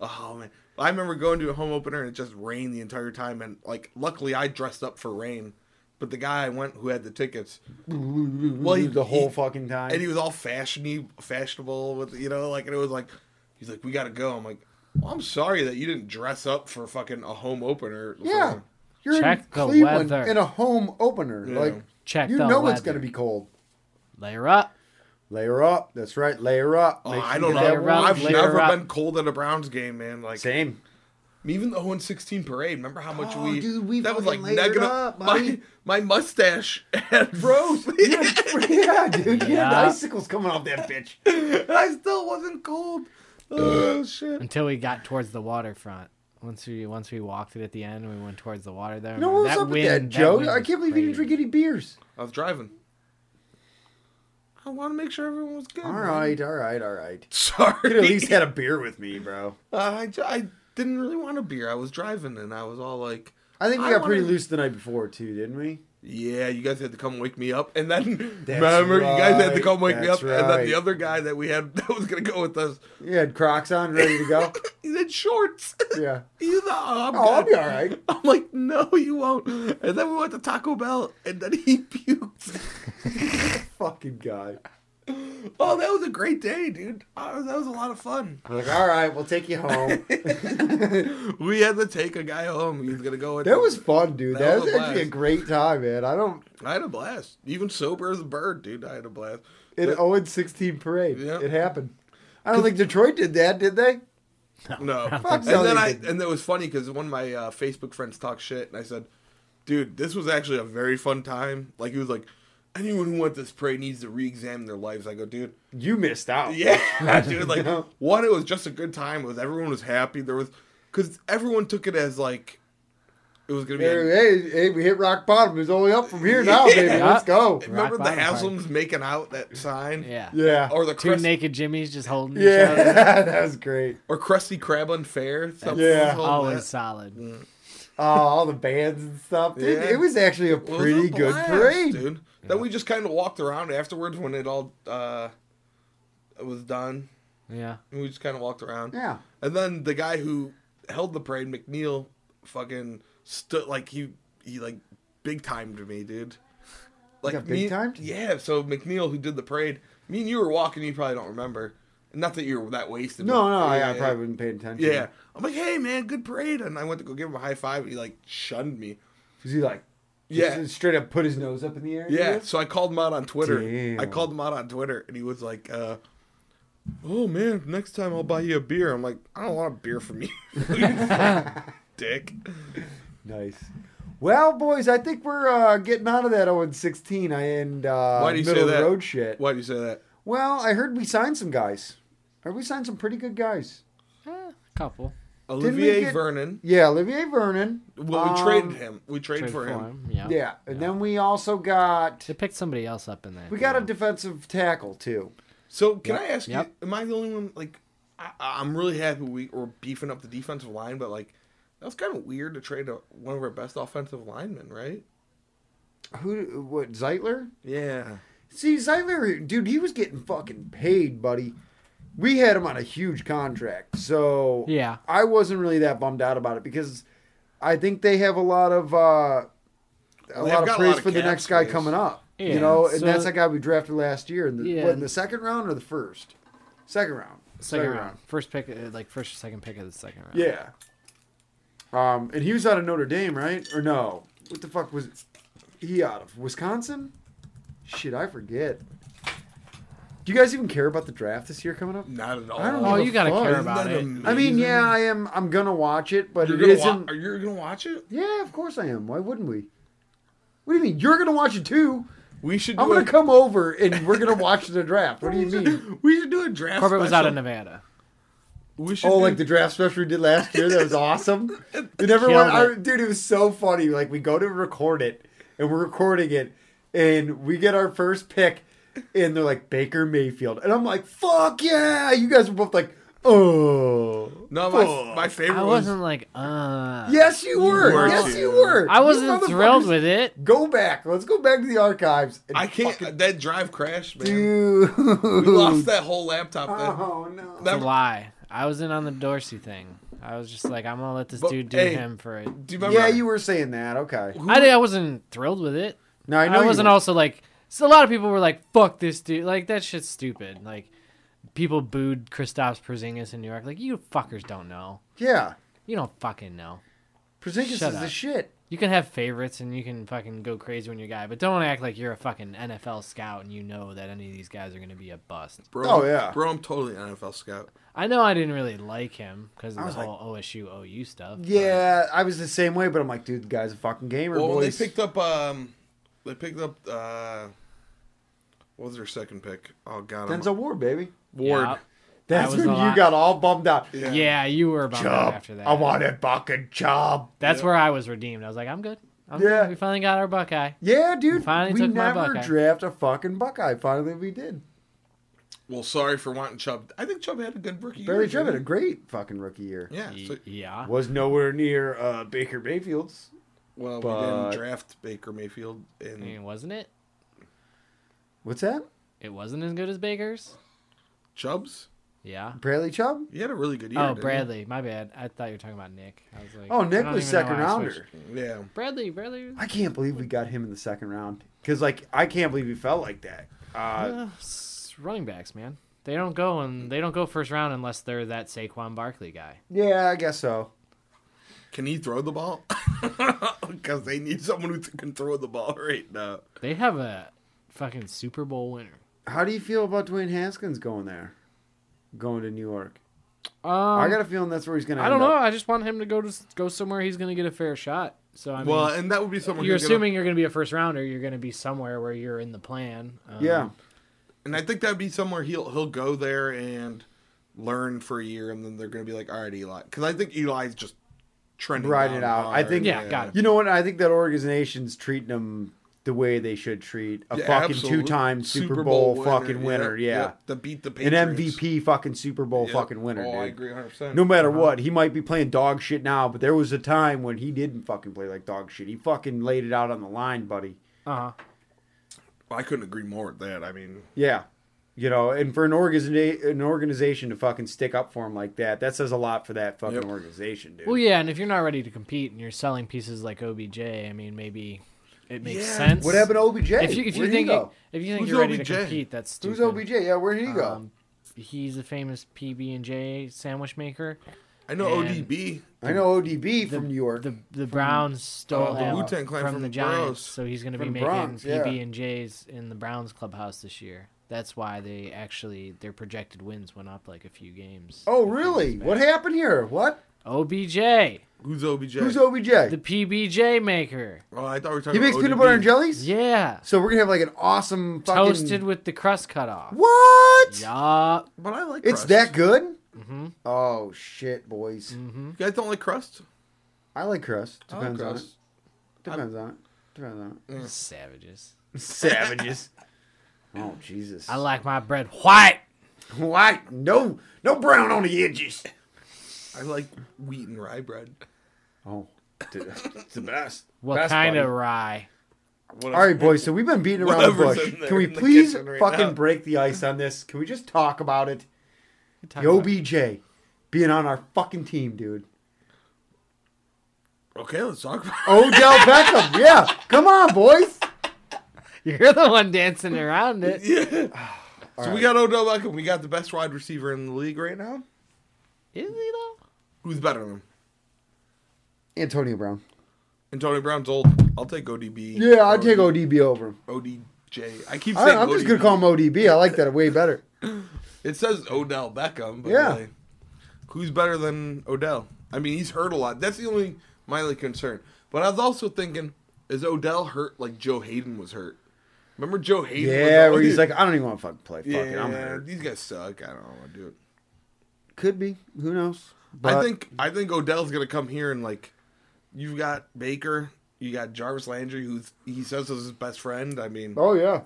Speaker 2: Oh man. I remember going to a home opener and it just rained the entire time and like luckily I dressed up for rain, but the guy I went who had the tickets
Speaker 3: Well,
Speaker 2: he-
Speaker 3: the whole
Speaker 2: he-
Speaker 3: fucking time.
Speaker 2: and he was all fashiony fashionable with you know like and it was like he's like we got to go. I'm like well, I'm sorry that you didn't dress up for fucking a home opener. for-
Speaker 3: yeah, you're in
Speaker 4: Check the
Speaker 3: Cleveland
Speaker 4: weather.
Speaker 3: in a home opener.
Speaker 2: Yeah.
Speaker 3: Like,
Speaker 4: Check
Speaker 3: you
Speaker 4: the
Speaker 3: know it's
Speaker 4: weather.
Speaker 3: gonna be cold.
Speaker 4: Layer up.
Speaker 3: Layer up. That's right. Layer up.
Speaker 2: Oh,
Speaker 3: Make sure
Speaker 2: I
Speaker 3: you
Speaker 2: don't
Speaker 3: get
Speaker 2: know.
Speaker 3: that
Speaker 4: Layer
Speaker 3: warm.
Speaker 4: up,
Speaker 2: I've
Speaker 4: layer
Speaker 2: never
Speaker 4: up.
Speaker 2: been cold at a Browns game, man. Like
Speaker 3: Same.
Speaker 2: Even the 0 16 parade. Remember how much
Speaker 3: Oh,
Speaker 2: we
Speaker 3: dude, we
Speaker 2: that was like
Speaker 3: fucking layered
Speaker 2: negative.
Speaker 3: up,
Speaker 2: my
Speaker 3: buddy.
Speaker 2: my mustache
Speaker 3: Bros. Yeah, yeah dude. You had
Speaker 4: Yeah.
Speaker 3: icicles coming off that bitch.
Speaker 2: and I still wasn't cold. Oh shit!
Speaker 4: until we got towards the waterfront. Once we once we walked it at the end, and we went towards the water there.
Speaker 3: No, what was
Speaker 4: that
Speaker 3: up
Speaker 4: wind-
Speaker 3: with that, Joe?
Speaker 4: wind
Speaker 3: I
Speaker 4: was
Speaker 3: can't believe you didn't
Speaker 4: crazy.
Speaker 3: drink any beers.
Speaker 2: I was driving. I want to make sure everyone was good.
Speaker 3: All
Speaker 2: man.
Speaker 3: right, all right, all right.
Speaker 2: Sorry.
Speaker 3: Could at least had a beer with me, bro.
Speaker 2: Uh, I, j- I didn't really want a beer. I was driving and I was all like,
Speaker 3: I think we
Speaker 2: I
Speaker 3: got pretty
Speaker 2: wanna-
Speaker 3: loose the night before too, didn't we?
Speaker 2: "Yeah, you guys had to come wake me up." And then
Speaker 3: That's
Speaker 2: remember, you guys had to
Speaker 3: right,
Speaker 2: come wake me
Speaker 3: that's
Speaker 2: up. And then
Speaker 3: right.
Speaker 2: the other guy that we had that was gonna go with us,
Speaker 3: You had Crocs on, ready to go.
Speaker 2: he's in shorts.
Speaker 3: yeah.
Speaker 2: He's, "Oh, I'm
Speaker 3: Oh, I'll
Speaker 2: good."
Speaker 3: be all right.
Speaker 2: I'm like, no, you won't. And then we went to Taco Bell, and then he puked.
Speaker 3: Fucking guy.
Speaker 2: Oh, that was a great day, dude. Oh, that was a lot of fun.
Speaker 3: I'm like, all right, we'll take you home.
Speaker 2: We had to take a guy home. He was gonna go. With
Speaker 3: That was fun, dude. That,
Speaker 2: That was
Speaker 3: was,
Speaker 2: a
Speaker 3: actually a
Speaker 2: blast.
Speaker 3: great time, man. I don't.
Speaker 2: I had a blast, even sober as a bird, dude. I had a blast.
Speaker 3: An 0 16 parade.
Speaker 2: Yeah.
Speaker 3: It happened. I don't think Detroit did that, did they?
Speaker 2: No,
Speaker 3: Fuck
Speaker 2: and
Speaker 3: no,
Speaker 2: then
Speaker 3: they
Speaker 2: I
Speaker 3: didn't.
Speaker 2: and that was funny because one of my uh, Facebook friends talked shit, and I said, "Dude, this was actually a very fun time." Like he was like, "Anyone who went this parade needs to re-examine their lives." I go, "Dude,
Speaker 3: You missed out.
Speaker 2: Yeah, dude. Like
Speaker 3: No.
Speaker 2: one, it was just a good time. It was everyone was happy. There was because everyone took it as like it was gonna be.
Speaker 3: Hey,
Speaker 2: a-
Speaker 3: hey, hey, we hit rock bottom. It's only up from here now, baby.
Speaker 2: Yeah.
Speaker 3: Let's go.
Speaker 2: remember the
Speaker 4: rock bottom
Speaker 2: Haslam's making out that sign?
Speaker 4: Yeah,
Speaker 3: Yeah.
Speaker 2: Or the
Speaker 4: Two
Speaker 2: Crest,
Speaker 4: naked Jimmys just holding each other.
Speaker 3: Yeah, that was great.
Speaker 2: or Krusty Krab unfair. Something
Speaker 3: Yeah.
Speaker 2: was holding
Speaker 4: Always
Speaker 2: that. Mm.
Speaker 4: solid.
Speaker 3: Oh, all the bands and stuff. Dude,
Speaker 2: Yeah.
Speaker 3: It was actually a
Speaker 2: It was a
Speaker 3: pretty good
Speaker 2: blast,
Speaker 3: parade.
Speaker 2: dude. Then we just kind of walked around afterwards when it all uh, was done.
Speaker 4: Yeah.
Speaker 2: And we just kind of walked around.
Speaker 3: Yeah.
Speaker 2: And then the guy who held the parade, McNeil, fucking stood like he he like big timed me, dude. Like
Speaker 3: got
Speaker 2: me-
Speaker 3: big-timed?
Speaker 2: Yeah. So McNeil, who did the parade, me and you were walking. You probably don't remember. Not that you were that wasted.
Speaker 3: No,
Speaker 2: but-
Speaker 3: no, I,
Speaker 2: yeah,
Speaker 3: I
Speaker 2: yeah.
Speaker 3: probably wouldn't pay attention.
Speaker 2: Yeah. I'm like, hey man, good parade, and I went to go give him a high five, and he like shunned me.
Speaker 3: Because he like,
Speaker 2: Yeah.
Speaker 3: just straight up put his nose up in the air.
Speaker 2: Yeah, so I called him out on Twitter.
Speaker 3: Damn.
Speaker 2: I called him out on Twitter, and he was like, uh, "Oh man, next time I'll buy you a beer." I'm like, "I don't want a beer from you, dick."
Speaker 3: Nice. Well, boys, I think we're uh, getting out of that 0 16 I end uh,
Speaker 2: Why do you
Speaker 3: middle
Speaker 2: say
Speaker 3: of
Speaker 2: that?
Speaker 3: the road shit.
Speaker 2: Why do you say that?
Speaker 3: Well, I heard we signed some guys. Heard we signed some pretty good guys.
Speaker 4: Eh, couple.
Speaker 2: Olivier
Speaker 3: get-
Speaker 2: Vernon.
Speaker 3: Yeah, Olivier Vernon.
Speaker 2: Well, we
Speaker 3: Um,
Speaker 2: traded him. We traded
Speaker 4: Trade
Speaker 2: for him.
Speaker 4: Yeah.
Speaker 3: Yeah, and then we also got
Speaker 4: They picked somebody else up in there.
Speaker 3: we got a defensive tackle too.
Speaker 2: So can I ask
Speaker 4: Yep.
Speaker 2: you? Am I the only one? Like, I, I'm really happy we were beefing up the defensive line, but like, that was kind of weird to trade a, one of our best offensive linemen, right?
Speaker 3: Who? What? Zeitler?
Speaker 2: Yeah.
Speaker 3: See, Zeitler, dude, he was getting fucking paid, buddy. We had him on a huge contract, so
Speaker 4: Yeah.
Speaker 3: I wasn't really that bummed out about it because I think they have a lot of uh, a
Speaker 2: They've
Speaker 3: lot
Speaker 2: got
Speaker 3: of
Speaker 2: a
Speaker 3: praise
Speaker 2: lot of
Speaker 3: for the
Speaker 2: cap
Speaker 3: next guy
Speaker 2: space.
Speaker 3: coming up.
Speaker 4: Yeah,
Speaker 3: you know, and
Speaker 4: so-
Speaker 3: that's a guy we drafted last year in the,
Speaker 4: Yeah.
Speaker 3: what, in the second round or the first, second round,
Speaker 4: Second round. First pick, uh, like first or second pick of the second round.
Speaker 3: Yeah. Um, and he was out of Notre Dame, right? Or no? What the fuck was he out of? Wisconsin? Shit, I forget. Do you guys even care about the draft this year coming up?
Speaker 2: Not at all.
Speaker 3: I don't
Speaker 4: Oh,
Speaker 3: give a
Speaker 4: you gotta
Speaker 3: fuck.
Speaker 4: care
Speaker 2: Isn't
Speaker 4: about
Speaker 2: that
Speaker 4: it.
Speaker 2: amazing?
Speaker 3: I mean, yeah, I am. I'm gonna watch it, but
Speaker 2: You're gonna
Speaker 3: it
Speaker 2: wa-
Speaker 3: isn't.
Speaker 2: are you gonna watch it?
Speaker 3: yeah, of course I am. Why wouldn't we? What do you mean? You're gonna watch it too?
Speaker 2: We should. Do
Speaker 3: I'm gonna
Speaker 2: a-
Speaker 3: come over and we're gonna watch the draft. What do you mean?
Speaker 2: We should do a draft.
Speaker 4: Corbett was out
Speaker 2: special.
Speaker 4: of Nevada.
Speaker 2: We should.
Speaker 3: Oh,
Speaker 2: do-
Speaker 3: like the draft special we did last year. That was awesome. And everyone, I, dude, it was so funny. Like we go to record it, and we're recording it, and we get our first pick, and they're like Baker Mayfield, and I'm like, "Fuck yeah!" You guys were both like, "Oh,
Speaker 2: no. My,
Speaker 3: fuck."
Speaker 2: my favorite
Speaker 4: I
Speaker 2: was
Speaker 4: wasn't like, uh.
Speaker 3: Yes, you were.
Speaker 2: were
Speaker 3: yes,
Speaker 2: too.
Speaker 3: you were.
Speaker 4: I
Speaker 3: You
Speaker 4: wasn't
Speaker 3: motherfuckers-
Speaker 4: thrilled with it.
Speaker 3: Go back. Let's go back to the archives. And
Speaker 2: I can't.
Speaker 3: fucking-
Speaker 2: that drive crashed, man.
Speaker 3: dude.
Speaker 2: We lost that whole laptop. Then.
Speaker 3: Oh no.
Speaker 4: It's a
Speaker 2: That-
Speaker 4: lie. I was in on the Dorsey thing. I was just like, I'm gonna let this
Speaker 2: But,
Speaker 4: dude do
Speaker 2: hey,
Speaker 4: him for it.
Speaker 2: do you remember?
Speaker 3: yeah, you were saying that. Okay.
Speaker 4: I, did- I wasn't thrilled with it.
Speaker 3: No, I
Speaker 4: I,
Speaker 3: know. you
Speaker 4: wasn't
Speaker 3: were.
Speaker 4: also like. So a lot of people were like, "Fuck this dude!" Like that shit's stupid. Like people booed Kristaps Porzingis in New York. Like you fuckers don't know.
Speaker 3: Yeah.
Speaker 4: You don't fucking know.
Speaker 3: Przingis
Speaker 4: Shut
Speaker 3: is the
Speaker 4: up.
Speaker 3: shit.
Speaker 4: You can have favorites and you can fucking go crazy when you're a guy, but don't act like you're a fucking NFL scout and you know that any of these guys are gonna be a bust.
Speaker 2: Bro,
Speaker 3: Oh, yeah.
Speaker 2: bro. I'm totally an NFL scout.
Speaker 4: I know I didn't really like him because of the
Speaker 3: was like-
Speaker 4: whole OSU OU stuff. but-
Speaker 3: Yeah, I was the same way, but I'm like, dude, the guy's a fucking gamer,
Speaker 2: Well, when they
Speaker 3: boys.
Speaker 2: picked up, um, they picked up. uh What was their second pick? Oh God, I'm-
Speaker 3: Denzel Ward, baby.
Speaker 2: Ward.
Speaker 4: Yeah.
Speaker 3: That's
Speaker 4: was
Speaker 3: when
Speaker 4: the
Speaker 3: you
Speaker 4: lot.
Speaker 3: got all bummed out.
Speaker 2: Yeah.
Speaker 4: Yeah, you were about
Speaker 3: Job.
Speaker 4: after that.
Speaker 3: I want a fucking job.
Speaker 4: That's where I was redeemed. I was like, I'm good. I'm
Speaker 3: Yeah.
Speaker 4: good. We finally got our Buckeye.
Speaker 3: Yeah, dude.
Speaker 4: Finally
Speaker 3: we
Speaker 4: took my
Speaker 3: never
Speaker 4: Buckeye.
Speaker 3: draft a fucking Buckeye. Finally, we did.
Speaker 2: Well, sorry for wanting Chubb. I think Chubb had a good rookie.
Speaker 3: Barely
Speaker 2: year,
Speaker 3: Chubb had a
Speaker 2: didn't
Speaker 3: great fucking rookie year.
Speaker 2: he? Yeah.
Speaker 4: Y-
Speaker 2: So,
Speaker 4: yeah.
Speaker 3: Was nowhere near uh, Baker Mayfield's.
Speaker 2: well, we
Speaker 3: But-
Speaker 2: didn't draft Baker Mayfield,
Speaker 4: I
Speaker 2: and
Speaker 4: mean, wasn't it?
Speaker 3: What's that?
Speaker 4: It wasn't as good as Baker's.
Speaker 2: Chubb's.
Speaker 4: Yeah.
Speaker 3: Bradley Chubb?
Speaker 2: He had a really good year.
Speaker 4: Oh,
Speaker 2: didn't he?
Speaker 4: Bradley. My bad. I thought you were talking about Nick. I was like,
Speaker 3: Oh,
Speaker 4: I
Speaker 3: Nick
Speaker 4: don't
Speaker 3: was
Speaker 4: even know
Speaker 3: second
Speaker 4: why I
Speaker 3: rounder.
Speaker 4: switched.
Speaker 2: Yeah.
Speaker 4: Bradley. Bradley.
Speaker 3: I can't believe we got him in the second round. Because, like, I can't believe he felt like that. Uh,
Speaker 4: Uh, s- running backs, man. They don't go and they don't go first round unless they're that Saquon Barkley guy.
Speaker 3: yeah, I guess so.
Speaker 2: Can he throw the ball? Because they need someone who can throw the ball right now.
Speaker 4: They have a fucking Super Bowl winner.
Speaker 3: How do you feel about Dwayne Haskins going there? Going to New York?
Speaker 4: Um,
Speaker 3: I
Speaker 4: I,
Speaker 3: got a feeling that's where he's going to
Speaker 4: don't know. I just want him to go to s- go somewhere he's going to get a fair shot. So I mean,
Speaker 2: well, and that would be someone.
Speaker 4: you're
Speaker 2: who's
Speaker 4: assuming you're going to be a first rounder. You're going to be somewhere where you're in the plan. Um,
Speaker 3: Yeah.
Speaker 2: Gonna, and I think that'd be somewhere he'll he'll go there and learn for a year, and then they're gonna be like, "All right, Eli," because I think Eli's just trending
Speaker 3: Ride
Speaker 2: down
Speaker 3: it out. I
Speaker 2: hard.
Speaker 3: think-
Speaker 4: Yeah, got it.
Speaker 3: You know what? I think that organization's treating them the way they should treat a
Speaker 2: Yeah,
Speaker 3: fucking
Speaker 2: absolute
Speaker 3: two-time Super, Bowl, fucking winner.
Speaker 2: Yep,
Speaker 3: yeah.
Speaker 2: yep. the beat the Patriots.
Speaker 3: An MVP fucking Super Bowl
Speaker 2: Yep.
Speaker 3: fucking winner,
Speaker 2: Oh,
Speaker 3: dude.
Speaker 2: I agree, Uh-huh. hundred percent.
Speaker 3: No matter what, he might be playing dog shit now, but there was a time when he didn't fucking play like dog shit. He fucking laid it out on the line, buddy.
Speaker 4: Uh-huh.
Speaker 2: I couldn't agree more with that. I mean,
Speaker 3: Yeah. You know, and for an, organiza- an organization to fucking stick up for him like that, that says a lot for that fucking
Speaker 2: Yep.
Speaker 3: organization, dude.
Speaker 4: Well, yeah, and if you're not ready to compete and you're selling pieces like OBJ, I mean, maybe it makes
Speaker 2: Yeah.
Speaker 4: sense.
Speaker 3: What happened to OBJ?
Speaker 4: If you if you
Speaker 3: Where'd he
Speaker 4: think
Speaker 3: go?
Speaker 4: if you think
Speaker 2: Who's
Speaker 4: you're ready
Speaker 2: OBJ?
Speaker 4: to compete, that's stupid.
Speaker 3: Who's OBJ? Yeah, where'd he go?
Speaker 4: Um, he's a famous PB and J sandwich maker.
Speaker 2: I know
Speaker 4: and-
Speaker 2: ODB.
Speaker 3: I know ODB
Speaker 4: the-
Speaker 3: from uh, New York.
Speaker 4: The the Browns stole
Speaker 2: Oh, the
Speaker 4: him
Speaker 2: Wu-Tang Clan
Speaker 4: from,
Speaker 2: from
Speaker 4: the
Speaker 2: the
Speaker 4: Giants,
Speaker 2: Bronx.
Speaker 4: so he's going to be
Speaker 3: From the
Speaker 4: making
Speaker 3: Bronx, yeah.
Speaker 4: PB and J's in the Browns clubhouse this year. That's why they actually their projected wins went up like a few games.
Speaker 3: oh, really? What happened here? What?
Speaker 4: OBJ,
Speaker 2: Who's OBJ?
Speaker 3: Who's OBJ?
Speaker 4: the PBJ maker.
Speaker 2: oh, I thought we were talking
Speaker 3: he makes
Speaker 2: about
Speaker 3: peanut
Speaker 2: ODB.
Speaker 3: butter and jellies.
Speaker 4: Yeah,
Speaker 3: So we're gonna have like an awesome fucking
Speaker 4: toasted with the crust cut off.
Speaker 3: What?
Speaker 4: Yup.
Speaker 2: But I like
Speaker 3: It's
Speaker 2: crust.
Speaker 3: that good?
Speaker 4: Mhm.
Speaker 3: Oh shit, boys!
Speaker 4: Mm-hmm.
Speaker 2: You guys don't like crust?
Speaker 3: I like crust.
Speaker 2: I like
Speaker 3: Depends on it.
Speaker 2: crust.
Speaker 3: Depends on it. Depends on it.
Speaker 4: Savages.
Speaker 3: Savages. oh Jesus!
Speaker 4: I like my bread white.
Speaker 3: white. No, no brown on the edges.
Speaker 2: I like wheat and rye bread.
Speaker 3: Oh, dude, it's the best.
Speaker 4: What
Speaker 3: Best,
Speaker 4: kind
Speaker 3: buddy.
Speaker 4: of rye?
Speaker 2: What
Speaker 3: All right, boys. So we've been beating around the
Speaker 2: Whatever's
Speaker 3: bush.
Speaker 2: in there
Speaker 3: Can we
Speaker 2: in the
Speaker 3: please
Speaker 2: kitchen right
Speaker 3: fucking
Speaker 2: now.
Speaker 3: break the ice on this? Can we just talk about it?
Speaker 4: Talk
Speaker 3: The
Speaker 4: about-
Speaker 3: OBJ being on our fucking team, dude.
Speaker 2: Okay, let's talk about
Speaker 3: Odell Beckham. Yeah, come on, boys.
Speaker 4: You're the one dancing around it.
Speaker 2: So we got Odell Beckham. We got the best wide receiver in the league right now.
Speaker 4: Is he though?
Speaker 2: Who's better than him?
Speaker 3: Antonio Brown.
Speaker 2: Antonio Brown's old. I'll take ODB.
Speaker 3: Yeah, I'd take
Speaker 2: OD-
Speaker 3: ODB over him.
Speaker 2: ODJ. I keep
Speaker 3: I,
Speaker 2: saying
Speaker 3: I'm just gonna call him ODB. I like that way better.
Speaker 2: It says Odell Beckham, but
Speaker 3: Yeah.
Speaker 2: really, who's better than Odell? I mean, he's hurt a lot. That's the only my only concern. But I was also thinking, is Odell hurt like Joe Hayden was hurt? Remember Joe Hayden? was
Speaker 3: Yeah, where
Speaker 2: always-
Speaker 3: he's like, I don't even want to fucking play. Fuck
Speaker 2: yeah,
Speaker 3: it, I'm hurt.
Speaker 2: these guys suck. I don't want to do it.
Speaker 3: Could be. Who knows?
Speaker 2: I think I think Odell's gonna come here and like, you've got Baker, you got Jarvis Landry, who's he says is his best friend. I mean,
Speaker 3: Oh yeah.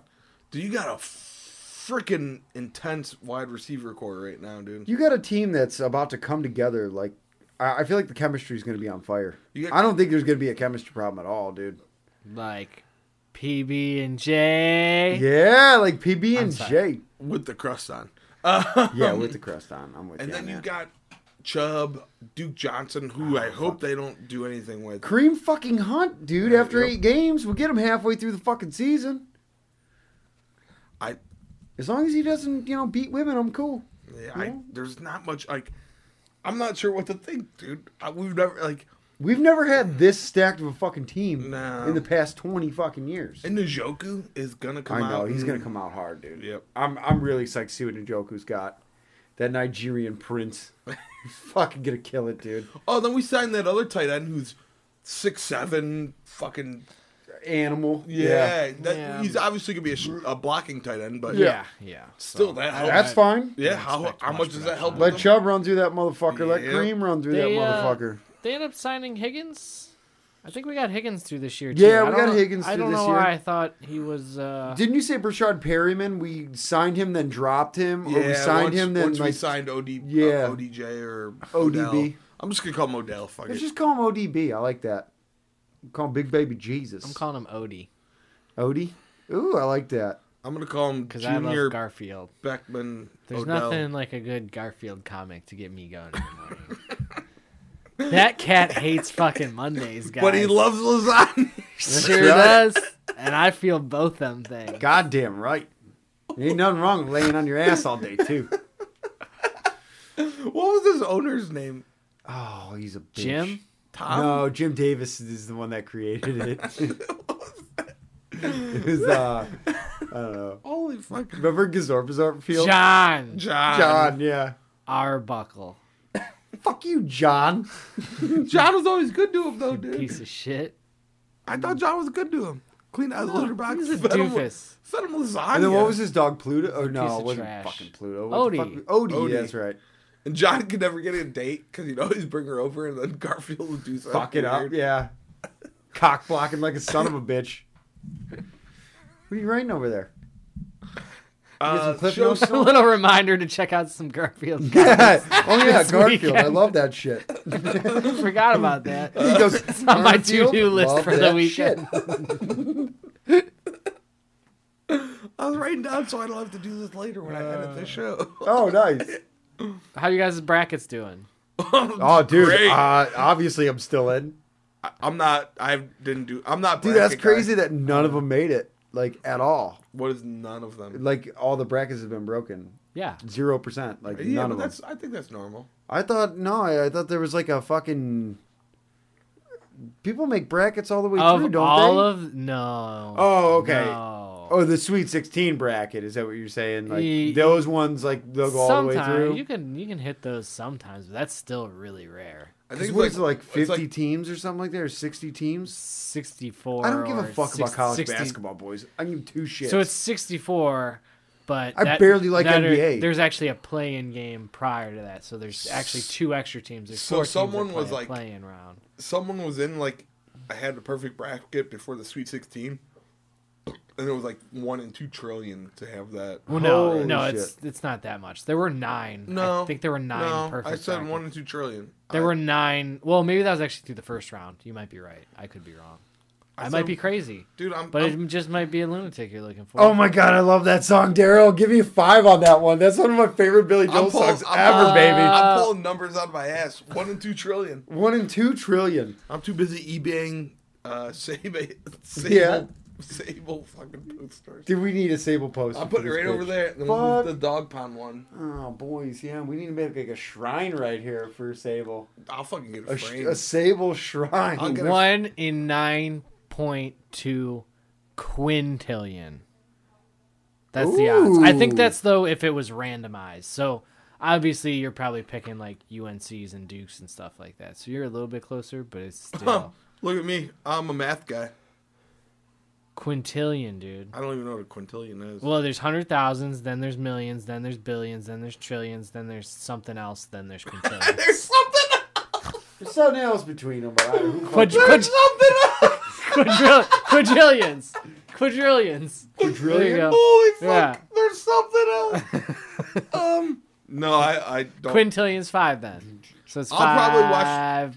Speaker 2: do you got a freaking intense wide receiver core right now, dude?
Speaker 3: You got a team that's about to come together. Like, I, I feel like the chemistry is gonna be on fire.
Speaker 2: You got-
Speaker 3: I don't think there's gonna be a chemistry problem at all, dude.
Speaker 4: Like PB and J.
Speaker 3: Yeah, like PB
Speaker 4: I'm
Speaker 3: and
Speaker 4: sorry.
Speaker 3: J.
Speaker 2: with the crust on. Uh,
Speaker 3: Yeah, with the crust on. I'm with
Speaker 2: And
Speaker 3: you.
Speaker 2: then
Speaker 3: on
Speaker 2: you
Speaker 3: that.
Speaker 2: got Chubb, Duke Johnson, who
Speaker 3: Ah,
Speaker 2: I hope they don't do anything with.
Speaker 3: Kareem fucking Hunt, dude.
Speaker 2: Yeah,
Speaker 3: after
Speaker 2: yep.
Speaker 3: eight games, we'll get him halfway through the fucking season.
Speaker 2: I,
Speaker 3: As long as he doesn't, you know, beat women, I'm cool.
Speaker 2: I there's not much like. I'm not sure what to think, dude. I, we've never like
Speaker 3: We've never had this stacked of a fucking team
Speaker 2: No.
Speaker 3: in the past twenty fucking years.
Speaker 2: and Njoku is gonna
Speaker 3: I
Speaker 2: come out.
Speaker 3: know he's
Speaker 2: and-
Speaker 3: gonna come out hard, dude.
Speaker 2: Yep.
Speaker 3: I'm I'm really psyched to see what Njoku's got. That Nigerian prince, fucking gonna kill it, dude.
Speaker 2: Oh, then we signed that other tight end who's six seven, fucking
Speaker 3: Animal.
Speaker 2: yeah. that-
Speaker 4: Yeah.
Speaker 2: He's obviously gonna be a, sh- a blocking tight end, but
Speaker 4: Yeah, yeah.
Speaker 2: still
Speaker 4: So,
Speaker 2: that. Help.
Speaker 3: that's fine.
Speaker 2: Yeah,
Speaker 4: don't
Speaker 2: how
Speaker 4: expect
Speaker 2: how
Speaker 4: much
Speaker 2: much does that help?
Speaker 4: production.
Speaker 3: Let
Speaker 2: with
Speaker 3: Chubb run through that motherfucker. Let
Speaker 2: Yep.
Speaker 3: Kareem run through
Speaker 4: They,
Speaker 3: that
Speaker 4: uh,
Speaker 3: motherfucker.
Speaker 4: They end up signing Higgins. I think we got Higgins through this year. Too.
Speaker 3: Yeah,
Speaker 4: I
Speaker 3: we
Speaker 4: don't
Speaker 3: got
Speaker 4: know-
Speaker 3: Higgins
Speaker 4: I
Speaker 3: through
Speaker 4: don't
Speaker 3: this
Speaker 4: know
Speaker 3: year.
Speaker 4: why I thought he was. Uh,
Speaker 3: Didn't you say Brashad Perryman? We signed him, then dropped him,
Speaker 2: Yeah,
Speaker 3: or we signed
Speaker 2: once,
Speaker 3: him, then
Speaker 2: once we
Speaker 3: like-
Speaker 2: signed OD, uh,
Speaker 3: Yeah.
Speaker 2: ODJ or
Speaker 3: ODB.
Speaker 2: Odell. I'm just gonna call him Odell. Fuck it.
Speaker 3: Let's just call him ODB. I like that. Call him Big Baby Jesus.
Speaker 4: I'm calling him Odie
Speaker 3: Odie. Ooh, I like that.
Speaker 2: I'm gonna call him
Speaker 4: because I
Speaker 2: Junior
Speaker 4: love Garfield.
Speaker 2: Beckman.
Speaker 3: Oh,
Speaker 4: There's
Speaker 2: Odell.
Speaker 4: nothing like a good Garfield comic to get me going. in the morning. that cat hates fucking Mondays, guys.
Speaker 2: but he loves lasagna.
Speaker 4: Sure does, and I feel both them things.
Speaker 3: Goddamn right. Ain't nothing wrong with laying on your ass all day too.
Speaker 2: what was his owner's name?
Speaker 3: Oh, he's a bitch.
Speaker 4: Jim? Um,
Speaker 2: Tom.
Speaker 3: no, Jim Davis is the one that created it. it was uh, I don't know.
Speaker 2: Holy fuck.
Speaker 3: Remember Gazorpazorp Field?
Speaker 4: John
Speaker 2: John.
Speaker 3: John, yeah.
Speaker 4: Arbuckle,
Speaker 3: Fuck you, John.
Speaker 2: John was always good to him though, dude.
Speaker 4: piece of shit.
Speaker 2: I thought
Speaker 3: Mm.
Speaker 2: John was good to him. Clean out his litter box.
Speaker 4: He's a
Speaker 2: fed him-
Speaker 4: doofus.
Speaker 2: Fed him lasagna.
Speaker 3: And then what was his dog Pluto? Oh
Speaker 4: piece
Speaker 3: no,
Speaker 4: of
Speaker 3: it wasn't
Speaker 4: trash.
Speaker 3: fucking Pluto. What the
Speaker 4: Odie.
Speaker 3: fuck- Odie.
Speaker 2: Odie.
Speaker 3: That's right.
Speaker 2: And John could never get a date because he'd always bring her over, and then Garfield would do something.
Speaker 3: Fuck it up,
Speaker 2: weird.
Speaker 3: yeah. Cock blocking like a son of a bitch. What are you writing over there? Get some
Speaker 2: Uh,
Speaker 3: Cliff
Speaker 2: show
Speaker 3: Notes?
Speaker 4: a little reminder to check out some Garfield.
Speaker 3: oh yeah,
Speaker 4: This
Speaker 3: Garfield. I
Speaker 4: weekend.
Speaker 3: love that shit.
Speaker 4: I forgot about that.
Speaker 3: He goes,
Speaker 4: It's on my
Speaker 3: "Garfield,
Speaker 4: to-do list
Speaker 3: love
Speaker 4: for the
Speaker 3: that
Speaker 4: weekend."
Speaker 3: shit."
Speaker 2: I was writing down so I don't have to do this later when I edit the show.
Speaker 3: Oh nice.
Speaker 4: How you guys' brackets doing?
Speaker 3: Oh dude,
Speaker 2: Great.
Speaker 3: uh, obviously I'm still in.
Speaker 2: I, I'm not. I didn't do. I'm not.
Speaker 3: Dude, that's
Speaker 2: bracket guy.
Speaker 3: crazy that none of them made it, like at all.
Speaker 2: What is none of them?
Speaker 3: Like all the brackets have been broken,
Speaker 4: Yeah.
Speaker 3: zero percent. Like
Speaker 2: yeah,
Speaker 3: none
Speaker 2: but
Speaker 3: of them.
Speaker 2: that's. I think that's normal.
Speaker 3: I thought no, I, I thought there was like a fucking. People make brackets all the way through,
Speaker 4: Of
Speaker 3: don't
Speaker 4: all
Speaker 3: they?
Speaker 4: of no.
Speaker 3: Oh, okay.
Speaker 4: No.
Speaker 3: oh, the Sweet Sixteen bracket is that what you're saying? Like
Speaker 4: Ye-
Speaker 3: those ones, like they'll go all the way
Speaker 4: Sometime-
Speaker 3: through.
Speaker 4: you can you can hit those sometimes, but that's still really rare.
Speaker 2: I
Speaker 3: Because
Speaker 2: think
Speaker 3: what
Speaker 2: it's
Speaker 3: is it, like
Speaker 2: it's
Speaker 3: 50 teams or something like that, or 60 teams?
Speaker 4: Sixty four.
Speaker 3: I don't give a fuck about college basketball, boys. I give two shits.
Speaker 4: So it's sixty four, but
Speaker 3: I barely like
Speaker 4: that
Speaker 3: NBA.
Speaker 4: there's actually a play in game prior to that, so there's actually two extra teams. There's
Speaker 2: So
Speaker 4: four teams that
Speaker 2: someone
Speaker 4: play
Speaker 2: was
Speaker 4: a
Speaker 2: like-
Speaker 4: play-in round.
Speaker 2: someone was in like I had the perfect bracket before the Sweet Sixteen, and it was like one and two trillion to have that.
Speaker 4: Well, no,
Speaker 3: Holy
Speaker 4: no,
Speaker 3: shit.
Speaker 4: it's it's not that much. There were nine.
Speaker 2: No,
Speaker 4: I think there were nine
Speaker 2: no,
Speaker 4: perfect.
Speaker 2: I said
Speaker 4: brackets.
Speaker 2: one and two trillion.
Speaker 4: There
Speaker 2: I-
Speaker 4: were nine. Well, maybe that was actually through the first round. You might be right. I could be wrong. I, might
Speaker 2: said-
Speaker 4: be crazy,
Speaker 2: dude. I'm,
Speaker 4: but
Speaker 2: I'm
Speaker 4: it just might be a lunatic you're looking for.
Speaker 3: oh my god, I love that song, Daryl. Give me a five on that one. That's one of my favorite Billy Joel
Speaker 2: I'm pulling-
Speaker 3: songs
Speaker 2: I'm
Speaker 3: ever,
Speaker 2: pulling-
Speaker 3: baby.
Speaker 2: I'm pulling
Speaker 3: Uh,
Speaker 2: numbers out of my ass. One and two trillion.
Speaker 3: one in two trillion.
Speaker 2: I'm too busy eBaying uh, Sable, Sable,
Speaker 3: Yeah.
Speaker 2: Sable fucking posters.
Speaker 3: Dude, we need a Sable poster.
Speaker 2: I'll
Speaker 3: for
Speaker 2: put it
Speaker 3: this
Speaker 2: right
Speaker 3: bitch.
Speaker 2: over there. And then we'll
Speaker 3: Fuck.
Speaker 2: move the dog pound one.
Speaker 3: Oh, boys, yeah, we need to make like a shrine right here for Sable.
Speaker 2: I'll fucking get a
Speaker 3: A, sh-
Speaker 2: frame.
Speaker 3: a Sable shrine.
Speaker 2: I'll get a-
Speaker 4: One in nine point two quintillion. That's the odds. I think
Speaker 3: Ooh.
Speaker 4: that's though if it was randomized. So obviously you're probably picking like UNCs and Dukes and stuff like that. So you're a little bit closer, but it's still
Speaker 2: Look at me. I'm a math guy.
Speaker 4: quintillion, dude.
Speaker 2: I don't even know what a quintillion is.
Speaker 4: Well, there's hundred thousands, then there's millions, then there's billions, then there's trillions, then there's something else, then there's quintillion.
Speaker 2: There's something.
Speaker 3: There's something else between them, but I don't know.
Speaker 4: Quadri-
Speaker 2: There's
Speaker 4: quadri-
Speaker 2: something.
Speaker 4: quadri- quadrillions, quadrillions. There you go.
Speaker 2: Holy fuck.
Speaker 4: Yeah.
Speaker 2: There's something else. um. No, I I don't.
Speaker 4: Quintillion's five then. So it's
Speaker 2: I'll
Speaker 4: five.
Speaker 2: probably watch-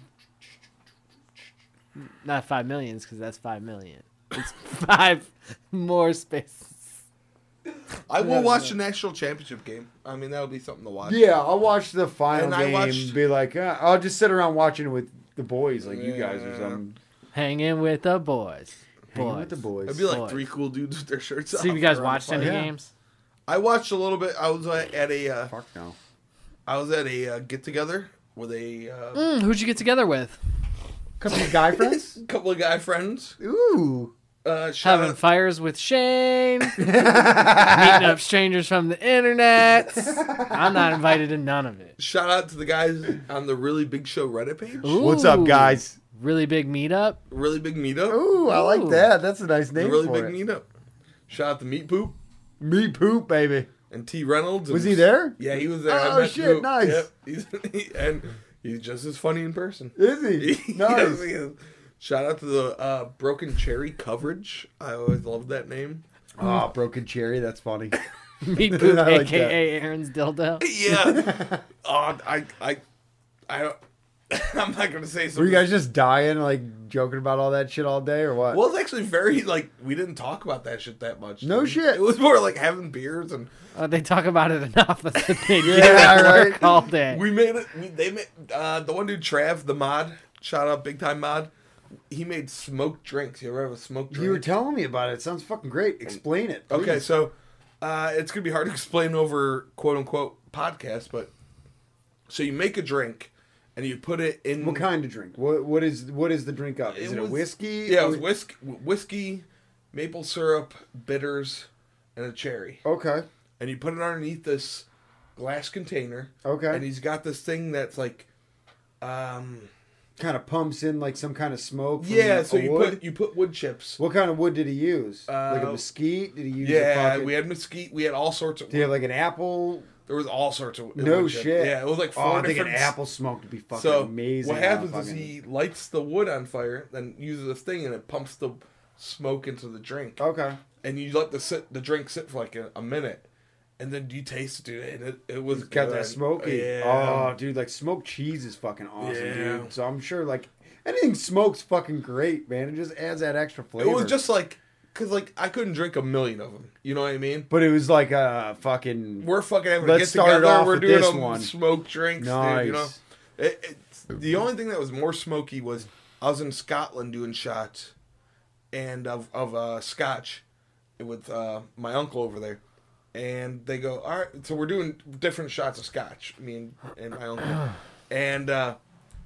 Speaker 4: Not five millions because that's five million. It's five more spaces.
Speaker 2: I will watch the national championship game. I mean, that'll be something to watch.
Speaker 3: Yeah, I'll watch the final
Speaker 2: And I
Speaker 3: game
Speaker 2: watched-
Speaker 3: and be like, uh, I'll just sit around watching it with the boys, like you guys or
Speaker 2: Yeah.
Speaker 3: something.
Speaker 4: Hanging with the boys.
Speaker 3: Hanging with the boys.
Speaker 2: It'd be like
Speaker 4: Boy.
Speaker 2: three cool dudes with their shirts off.
Speaker 4: So you guys
Speaker 2: They're on
Speaker 4: watched
Speaker 2: fire.
Speaker 4: any
Speaker 3: Yeah.
Speaker 4: games?
Speaker 2: I watched a little bit. I was uh, at a uh,
Speaker 3: Fuck no.
Speaker 2: I was at a uh, get together with a uh,
Speaker 4: Mm, who'd you get together with?
Speaker 3: Couple of guy friends?
Speaker 2: couple of guy friends.
Speaker 3: Ooh.
Speaker 2: Uh, shout
Speaker 4: Having
Speaker 2: out,
Speaker 4: fires with Shane. meeting up strangers from the internet. I'm not invited to none of it.
Speaker 2: shout out to the guys on the really big show Reddit page.
Speaker 3: What's up,
Speaker 4: Ooh.
Speaker 3: guys?
Speaker 4: Really big meetup.
Speaker 2: Really big meetup.
Speaker 3: Ooh, I like
Speaker 4: Ooh.
Speaker 3: that. That's a nice
Speaker 2: The
Speaker 3: name
Speaker 2: really
Speaker 3: for
Speaker 2: big
Speaker 3: it.
Speaker 2: meetup. Shout out to Meat Poop
Speaker 3: Me poop, baby.
Speaker 2: and T Reynolds. and-
Speaker 3: Was he there?
Speaker 2: Yeah, he was there. I
Speaker 3: Oh,
Speaker 2: met
Speaker 3: shit,
Speaker 2: Poop.
Speaker 3: nice.
Speaker 2: Yep. He's, and he's just as funny in person.
Speaker 3: Is he?
Speaker 2: Yes, he
Speaker 3: Nice.
Speaker 2: is. Shout out to the uh, Broken Cherry coverage. I always loved that name.
Speaker 3: Ah, broken cherry. That's funny.
Speaker 4: Meat Poop,
Speaker 3: I like
Speaker 4: aka Aaron's dildo.
Speaker 2: Yeah. uh, I, I, I don't. I'm not gonna say something.
Speaker 3: Were you guys just dying, like joking about all that shit all day, or what?
Speaker 2: Well, it's actually very like we didn't talk about that shit that much.
Speaker 3: No
Speaker 2: dude.
Speaker 3: shit.
Speaker 2: It was more like having beers and
Speaker 4: Uh, they talk about it enough that they do
Speaker 3: Yeah,
Speaker 4: at
Speaker 3: right.
Speaker 4: work all day.
Speaker 2: we made it. We, they made uh, the one dude Trav the mod. Shout out big time mod. He made smoked drinks. You ever have a smoked drink?
Speaker 3: you were telling me about it. Sounds fucking great. Explain it.
Speaker 2: Okay,
Speaker 3: please.
Speaker 2: so uh, it's gonna be hard to explain over quote unquote podcast, but so you make a drink and you put it in
Speaker 3: what kind of drink? What what is what is the drink of? Is it,
Speaker 2: was-
Speaker 3: a whiskey?
Speaker 2: Yeah, it was whiskey, whiskey, maple syrup, bitters, and a cherry.
Speaker 3: Okay.
Speaker 2: And you put it underneath this glass container.
Speaker 3: Okay.
Speaker 2: And he's got this thing that's like, um,
Speaker 3: kind of pumps in like some kind of smoke. From
Speaker 2: yeah.
Speaker 3: the-
Speaker 2: So
Speaker 3: a
Speaker 2: you
Speaker 3: wood.
Speaker 2: put you put wood chips.
Speaker 3: What kind of wood did he use? like a
Speaker 2: Uh,
Speaker 3: mesquite? Did he use? A
Speaker 2: Yeah,
Speaker 3: fucking,
Speaker 2: we had mesquite. We had all sorts of.
Speaker 3: did he have like an apple?
Speaker 2: There was all sorts of.
Speaker 3: No
Speaker 2: wood chip.
Speaker 3: shit.
Speaker 2: Yeah, it was like
Speaker 3: Oh,
Speaker 2: four
Speaker 3: I think
Speaker 2: different.
Speaker 3: an apple smoke would be fucking
Speaker 2: so
Speaker 3: amazing.
Speaker 2: what
Speaker 3: on a
Speaker 2: happens is
Speaker 3: fucking-
Speaker 2: he lights the wood on fire, then uses this thing, and it pumps the smoke into the drink.
Speaker 3: Okay.
Speaker 2: and you let the sit the drink sit for like a, a minute, and then you taste it, dude, and it, it was
Speaker 3: Got that
Speaker 2: good.
Speaker 3: smoky.
Speaker 2: Yeah.
Speaker 3: Oh, dude, like smoked cheese is fucking awesome,
Speaker 2: Yeah.
Speaker 3: dude. So I'm sure like anything smokes fucking great, man. It just adds that extra
Speaker 2: it
Speaker 3: flavor.
Speaker 2: was just like because like I couldn't drink a million of them. You know what I mean?
Speaker 3: But it was like a fucking.
Speaker 2: We're fucking having
Speaker 3: Let's
Speaker 2: to get
Speaker 3: start it
Speaker 2: together.
Speaker 3: off
Speaker 2: We're
Speaker 3: with
Speaker 2: doing
Speaker 3: this
Speaker 2: them
Speaker 3: one.
Speaker 2: smoke drinks, dude. You know,
Speaker 3: Nice.
Speaker 2: it, it's, the only thing that was more smoky was I was in Scotland doing shots, and of of uh, scotch, with uh, my uncle over there, and they go, all right. So we're doing different shots of scotch, me and, and my uncle, and uh,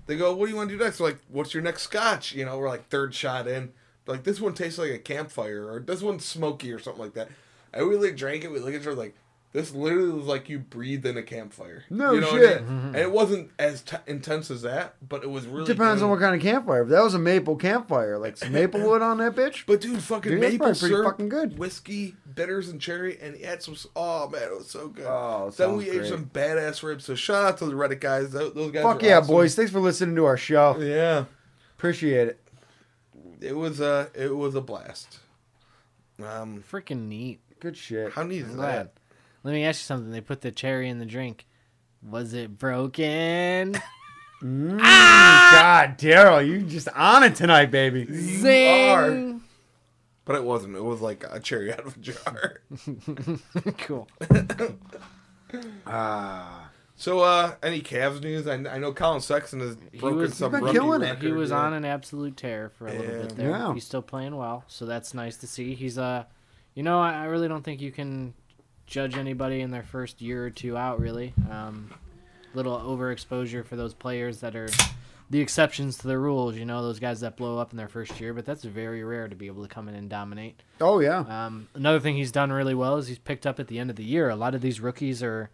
Speaker 2: they go, what do you want to do next? We're like, what's your next scotch? You know, we're like third shot in, They're like this one tastes like a campfire, or this one's smoky, or something like that. And we like drank it. We looked at each other like. This literally was like you breathe in a campfire.
Speaker 3: No
Speaker 2: you what
Speaker 3: shit.
Speaker 2: I mean? And it wasn't as t- intense as that, but it was really
Speaker 3: Depends on
Speaker 2: good.
Speaker 3: what kind of campfire. If that was a maple campfire, like some maple wood on that bitch.
Speaker 2: But dude, fucking
Speaker 3: Dude, that's
Speaker 2: maple
Speaker 3: probably pretty
Speaker 2: syrup,
Speaker 3: fucking good.
Speaker 2: whiskey, bitters, and cherry, and he had some. Oh man, it was so good.
Speaker 3: Oh,
Speaker 2: then
Speaker 3: sounds
Speaker 2: we ate
Speaker 3: great.
Speaker 2: some badass ribs. So shout out to the Reddit guys. Tho- Those guys.
Speaker 3: Fuck
Speaker 2: are
Speaker 3: yeah,
Speaker 2: awesome.
Speaker 3: boys! Thanks for listening to our show.
Speaker 2: Yeah,
Speaker 3: Appreciate it.
Speaker 2: it was a it was a blast. Um,
Speaker 4: Freaking neat.
Speaker 3: Good shit.
Speaker 2: how neat
Speaker 4: I'm
Speaker 2: is
Speaker 4: glad.
Speaker 2: that?
Speaker 4: Let me ask you something. They put the cherry in the drink. Was it broken?
Speaker 3: Mm, God, Daryl, you just on it tonight, baby.
Speaker 4: Zing!
Speaker 2: But it wasn't. It was like a cherry out of a jar.
Speaker 4: cool.
Speaker 3: Ah,
Speaker 2: so, uh, any Cavs news? I, I know Colin Sexton has broken
Speaker 4: was-
Speaker 2: some
Speaker 3: He's been
Speaker 2: rookie
Speaker 3: killing it.
Speaker 2: record.
Speaker 4: He was
Speaker 2: yeah.
Speaker 4: on an absolute tear for a little
Speaker 2: Yeah.
Speaker 4: bit there.
Speaker 3: Yeah.
Speaker 4: He's still playing well, so that's nice to see. He's uh you know, I, I really don't think you can judge anybody in their first year or two out really. Um little overexposure for those players that are the exceptions to the rules, you know, those guys that blow up in their first year, but that's very rare to be able to come in and dominate.
Speaker 3: oh yeah.
Speaker 4: Um, another thing he's done really well is he's picked up at the end of the year. A lot of these rookies are.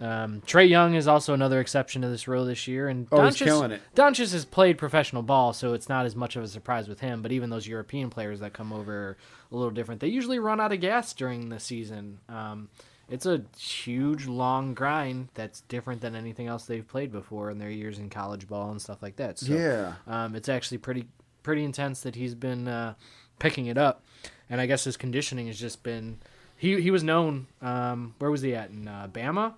Speaker 4: Um, Trey Young is also another exception to this rule this year, and
Speaker 3: Oh, he's killing it.
Speaker 4: Doncic has played professional ball, so it's not as much of a surprise with him. But even those European players that come over are a little different. They usually run out of gas during the season. Um, it's a huge, long grind that's different than anything else they've played before in their years in college ball and stuff like that. So,
Speaker 3: yeah.
Speaker 4: um, it's actually pretty pretty intense that he's been uh, picking it up, and I guess his conditioning has just been. He he was known. Um, where was he at in uh, Bama?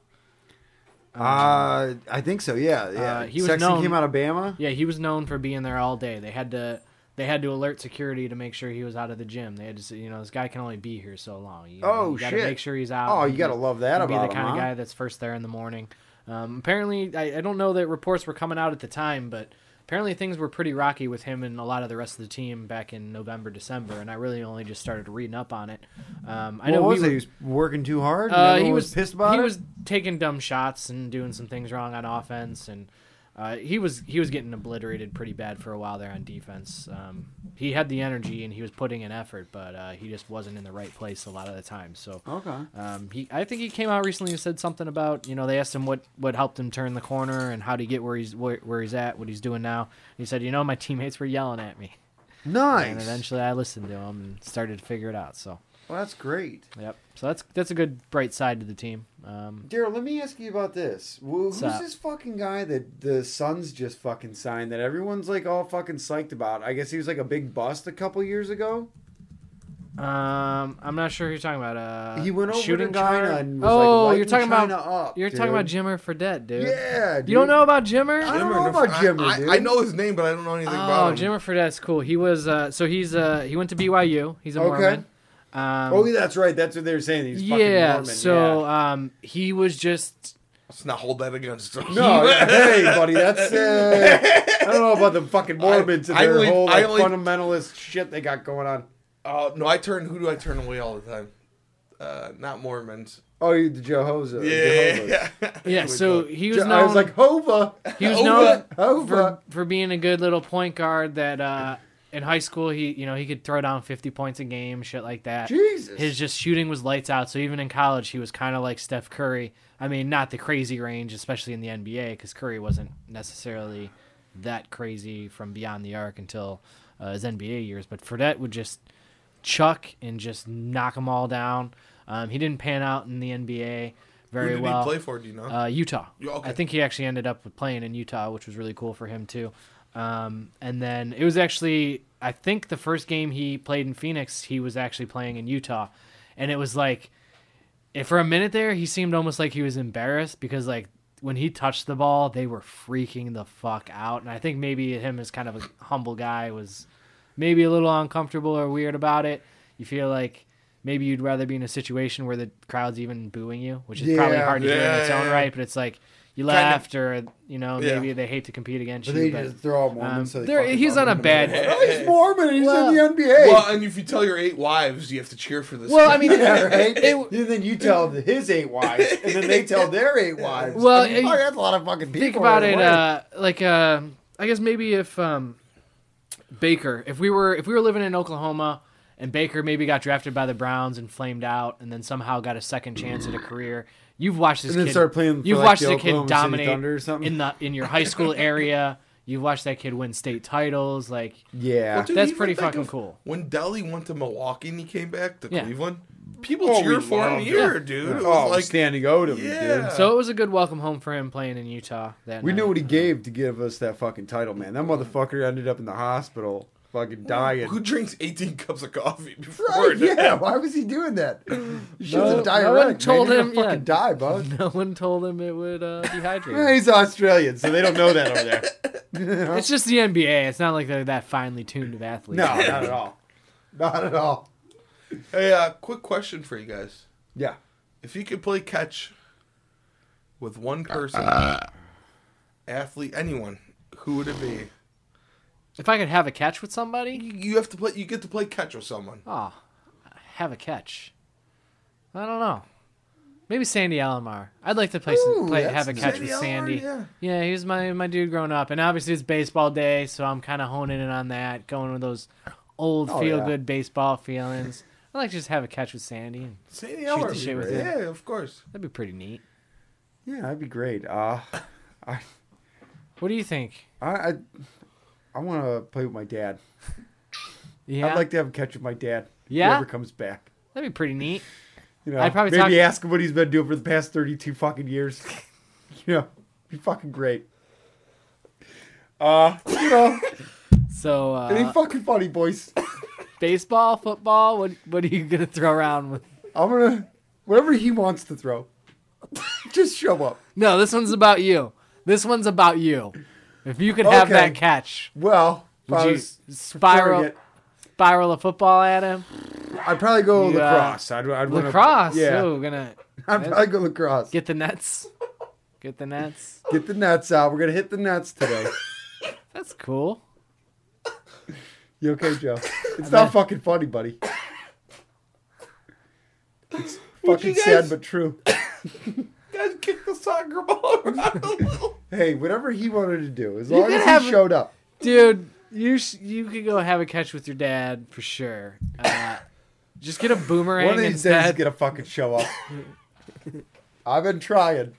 Speaker 3: Uh, I think so. Yeah, yeah.
Speaker 4: he was
Speaker 3: Sexton
Speaker 4: known-
Speaker 3: came out of Bama.
Speaker 4: Yeah, he was known for being there all day. They had to they had to alert security to make sure he was out of the gym. They had to say, you know this guy can only be here so long. You know,
Speaker 3: Oh,
Speaker 4: you gotta
Speaker 3: shit.
Speaker 4: Make sure he's out.
Speaker 3: Oh,
Speaker 4: and
Speaker 3: you gotta
Speaker 4: he's-
Speaker 3: love that
Speaker 4: he'd
Speaker 3: about
Speaker 4: be the
Speaker 3: him,
Speaker 4: kind
Speaker 3: huh?
Speaker 4: of guy that's first there in the morning. Um, apparently, I, I don't know that reports were coming out at the time, but apparently things were pretty rocky with him and a lot of the rest of the team back in November, December, and I really only just started reading up on it. Um, I
Speaker 3: What
Speaker 4: know
Speaker 3: was
Speaker 4: we
Speaker 3: it?
Speaker 4: were-
Speaker 3: He was working too hard. and
Speaker 4: uh,
Speaker 3: everyone
Speaker 4: he
Speaker 3: was,
Speaker 4: was,
Speaker 3: pissed about
Speaker 4: he
Speaker 3: it.
Speaker 4: was taking dumb shots and doing some things wrong on offense, and uh, he was he was getting obliterated pretty bad for a while there on defense. Um, he had the energy and he was putting in effort, but uh, he just wasn't in the right place a lot of the time. So
Speaker 3: okay.
Speaker 4: um, he, I think he came out recently and said something about you know they asked him what what helped him turn the corner and how to get where he's where, where he's at, what he's doing now. He said, you know, my teammates were yelling at me, and
Speaker 3: Nice.
Speaker 4: eventually I listened to him and started to figure it out. So.
Speaker 3: well, that's great.
Speaker 4: Yep. So that's that's a good bright side to the team. Um,
Speaker 3: Daryl, let me ask you about this. Well, who's
Speaker 4: up?
Speaker 3: this fucking guy that the Suns just fucking signed that everyone's like all fucking psyched about? I guess he was like a big bust a couple years ago.
Speaker 4: um, I'm not sure who you're talking about. Uh,
Speaker 3: he went over
Speaker 4: shooting
Speaker 3: to
Speaker 4: guard.
Speaker 3: China and was
Speaker 4: oh,
Speaker 3: like, lighting
Speaker 4: you're talking
Speaker 3: China
Speaker 4: about
Speaker 3: up,
Speaker 4: you're talking about
Speaker 3: dude.
Speaker 4: Jimmer Fredette, dude.
Speaker 3: Yeah, dude.
Speaker 4: You don't know about Jimmer?
Speaker 3: I don't
Speaker 2: Jimmer,
Speaker 3: know about
Speaker 2: I-
Speaker 3: Jimmer,
Speaker 2: I,
Speaker 3: dude.
Speaker 2: I know his name, but I don't know anything
Speaker 4: Oh,
Speaker 2: about him.
Speaker 4: Jimmer Fredette's cool. He was uh, so he's uh, he went to BYU. He's a
Speaker 3: Okay.
Speaker 4: Mormon. Um,
Speaker 3: Oh, that's right. That's what they were saying. He's fucking
Speaker 4: yeah.
Speaker 3: Mormon.
Speaker 4: so
Speaker 3: yeah.
Speaker 4: Um, he was just
Speaker 2: Let's not hold that against him.
Speaker 3: No, hey, buddy, that's. Uh, I don't know about the fucking Mormons and
Speaker 2: I
Speaker 3: their
Speaker 2: only-
Speaker 3: whole
Speaker 2: I
Speaker 3: like,
Speaker 2: only-
Speaker 3: fundamentalist shit they got going on.
Speaker 2: Uh, no, I turn. Who do I turn away all the time? Uh, not Mormons.
Speaker 3: Oh, you the Jehovah's.
Speaker 2: Yeah.
Speaker 4: yeah. So he was
Speaker 3: Je-
Speaker 4: known.
Speaker 3: I was like, Hova.
Speaker 4: He was
Speaker 2: Over.
Speaker 4: known
Speaker 3: Over.
Speaker 4: for, for being a good little point guard that uh, in high school he you know he could throw down 50 points a game, shit like that.
Speaker 3: Jesus.
Speaker 4: His just shooting was lights out. So even in college he was kind of like Steph Curry. I mean, not the crazy range, especially in the NBA, because Curry wasn't necessarily that crazy from beyond the arc until uh, his NBA years. But Fredette would just chuck and just knock them all down. Um, he didn't pan out in the NBA
Speaker 2: Who
Speaker 4: very
Speaker 2: did
Speaker 4: well.
Speaker 2: he play for? Do you know?
Speaker 4: Uh, Utah.
Speaker 2: Yeah, okay.
Speaker 4: I think he actually ended up with playing in Utah, which was really cool for him too. Um, and then it was actually, I think the first game he played in Phoenix, he was actually playing in Utah, and it was like, if for a minute there, he seemed almost like he was embarrassed because like when he touched the ball, they were freaking the fuck out, and I think maybe him as kind of a humble guy was maybe a little uncomfortable or weird about it. You feel like. Maybe you'd rather be in a situation where the crowd's even booing you, which is probably
Speaker 3: Yeah.
Speaker 4: hard to do in its
Speaker 2: Yeah,
Speaker 4: own
Speaker 2: yeah.
Speaker 4: right, but it's like you
Speaker 2: Kinda.
Speaker 4: left, or you know
Speaker 2: Yeah.
Speaker 4: maybe they hate to compete against
Speaker 3: But
Speaker 4: you.
Speaker 3: they
Speaker 4: but,
Speaker 3: just they're all Mormon.
Speaker 4: um,
Speaker 3: so they
Speaker 4: they're-
Speaker 3: fucking
Speaker 4: he's
Speaker 3: love
Speaker 4: on a
Speaker 3: him and
Speaker 4: bad-
Speaker 3: they're like, "Oh, he's Mormon. and He's in the NBA.
Speaker 2: Well, and if you tell your eight wives, you have to cheer for this.
Speaker 4: well, I mean,
Speaker 3: yeah, right?
Speaker 4: it, it,
Speaker 3: and then you tell his eight wives, and then they tell their eight wives.
Speaker 4: Well,
Speaker 3: I mean,
Speaker 4: it-
Speaker 3: fuck, that's a lot of fucking people.
Speaker 4: think about
Speaker 3: in
Speaker 4: it
Speaker 3: a way.
Speaker 4: uh like uh i guess maybe if um baker if we were if we were living in oklahoma and baker maybe got drafted by the browns and flamed out and then somemew got a second chance at a career you've watched this
Speaker 3: And then
Speaker 4: kid
Speaker 3: start playing for,
Speaker 4: you've
Speaker 3: like,
Speaker 4: watched
Speaker 3: the
Speaker 4: the kid
Speaker 3: Oklahoma City
Speaker 4: dominate
Speaker 3: Thunder or something.
Speaker 4: in the in your high school area you've watched that kid win state titles like
Speaker 3: yeah.
Speaker 2: Well, dude,
Speaker 4: That's
Speaker 2: even
Speaker 4: pretty
Speaker 2: think
Speaker 4: fucking
Speaker 2: of
Speaker 4: cool.
Speaker 2: When Delhi went to Milwaukee and he came back to
Speaker 4: Yeah.
Speaker 2: Cleveland, people
Speaker 3: Oh, we
Speaker 2: cheered for him
Speaker 3: loved
Speaker 2: here,
Speaker 4: him.
Speaker 2: dude. It
Speaker 3: Oh,
Speaker 2: was like
Speaker 3: standing Odom,
Speaker 2: Yeah.
Speaker 3: dude.
Speaker 4: so it was a good welcome home for him playing in utah Uh, that
Speaker 3: We
Speaker 4: night.
Speaker 3: knew what he gave to give us that fucking title, man. That motherfucker ended up in the hospital, fucking dying.
Speaker 2: who drinks 18 cups of coffee before?
Speaker 3: Right,
Speaker 2: an
Speaker 3: yeah,
Speaker 2: app?
Speaker 3: why was he doing that? She
Speaker 4: No,
Speaker 3: was
Speaker 4: no
Speaker 3: a diuretic.
Speaker 4: one
Speaker 3: man.
Speaker 4: told
Speaker 3: You're
Speaker 4: him,
Speaker 3: gonna fucking
Speaker 4: yeah.
Speaker 3: die, bud.
Speaker 4: no one told him it would uh, dehydrate him.
Speaker 3: Yeah, he's Australian, so they don't know that over there.
Speaker 4: It's just the NBA. It's not like they're that finely tuned of athletes.
Speaker 3: No, not at all. Not at all.
Speaker 2: Hey, uh, quick question for you guys:
Speaker 3: Yeah.
Speaker 2: If you could play catch with one person, athlete, anyone, who would it be?
Speaker 4: If I could have a catch with somebody,
Speaker 2: You you have to play. You get to play catch with someone.
Speaker 4: oh, have a catch. I don't know. Maybe Sandy Alomar. I'd like to play, some,
Speaker 3: Ooh,
Speaker 4: play
Speaker 3: that's
Speaker 4: have a
Speaker 3: nice.
Speaker 4: catch
Speaker 2: Sandy
Speaker 4: with
Speaker 2: Alomar,
Speaker 4: Sandy.
Speaker 2: yeah.
Speaker 4: yeah, he was my my dude growing up, and obviously it's baseball day, so I'm kind of honing in on that, going with those old
Speaker 3: Oh,
Speaker 4: feel
Speaker 3: yeah.
Speaker 4: good baseball feelings. I'd like to just have a catch with Sandy. and
Speaker 2: Sandy
Speaker 4: Shoot
Speaker 2: Alomar.
Speaker 4: the shit with
Speaker 2: Yeah, of course.
Speaker 4: That'd be pretty neat.
Speaker 3: Yeah, that'd be great. Uh, I,
Speaker 4: What do you think?
Speaker 3: I, I, I want to play with my dad.
Speaker 4: Yeah,
Speaker 3: I'd like to have a catch with my dad.
Speaker 4: Yeah?
Speaker 3: Whoever comes back.
Speaker 4: that'd be pretty neat.
Speaker 3: You know,
Speaker 4: I'd probably
Speaker 3: maybe
Speaker 4: talk-
Speaker 3: ask him what he's been doing for the past 32 fucking years. you know, be fucking great. Uh, you know,
Speaker 4: So
Speaker 3: it
Speaker 4: uh,
Speaker 3: ain't fucking funny, boys.
Speaker 4: baseball, football. What what are you gonna throw around with?
Speaker 3: I'm gonna, whatever he wants to throw, just show up.
Speaker 4: No, this one's about you. This one's about you. If you could have
Speaker 3: Okay.
Speaker 4: that catch,
Speaker 3: Well, if
Speaker 4: would
Speaker 3: I
Speaker 4: you
Speaker 3: was
Speaker 4: spiral
Speaker 3: preferring
Speaker 4: spiral a football at him?
Speaker 3: it, I'd probably go
Speaker 4: You, uh,
Speaker 3: lacrosse. I'd, I'd wanna-
Speaker 4: Lacrosse.
Speaker 3: yeah,
Speaker 4: Ooh, gonna
Speaker 3: I'd probably go lacrosse.
Speaker 4: get the nets. Get the nets.
Speaker 3: Get the nuts out. We're gonna hit the nuts today.
Speaker 4: That's cool.
Speaker 3: You okay, Joe? It's not fucking funny, buddy. It's fucking
Speaker 2: you guys-
Speaker 3: sad but true.
Speaker 2: Guys, kick the soccer ball around a little.
Speaker 3: Hey, whatever he wanted to do, as
Speaker 4: You
Speaker 3: long
Speaker 4: could
Speaker 3: as he
Speaker 4: have-
Speaker 3: showed up.
Speaker 4: Dude, you sh- you could go have a catch with your dad for sure. Uh, just get a boomerang
Speaker 3: One of these days he's
Speaker 4: instead.
Speaker 3: gonna fucking show up. I've been trying.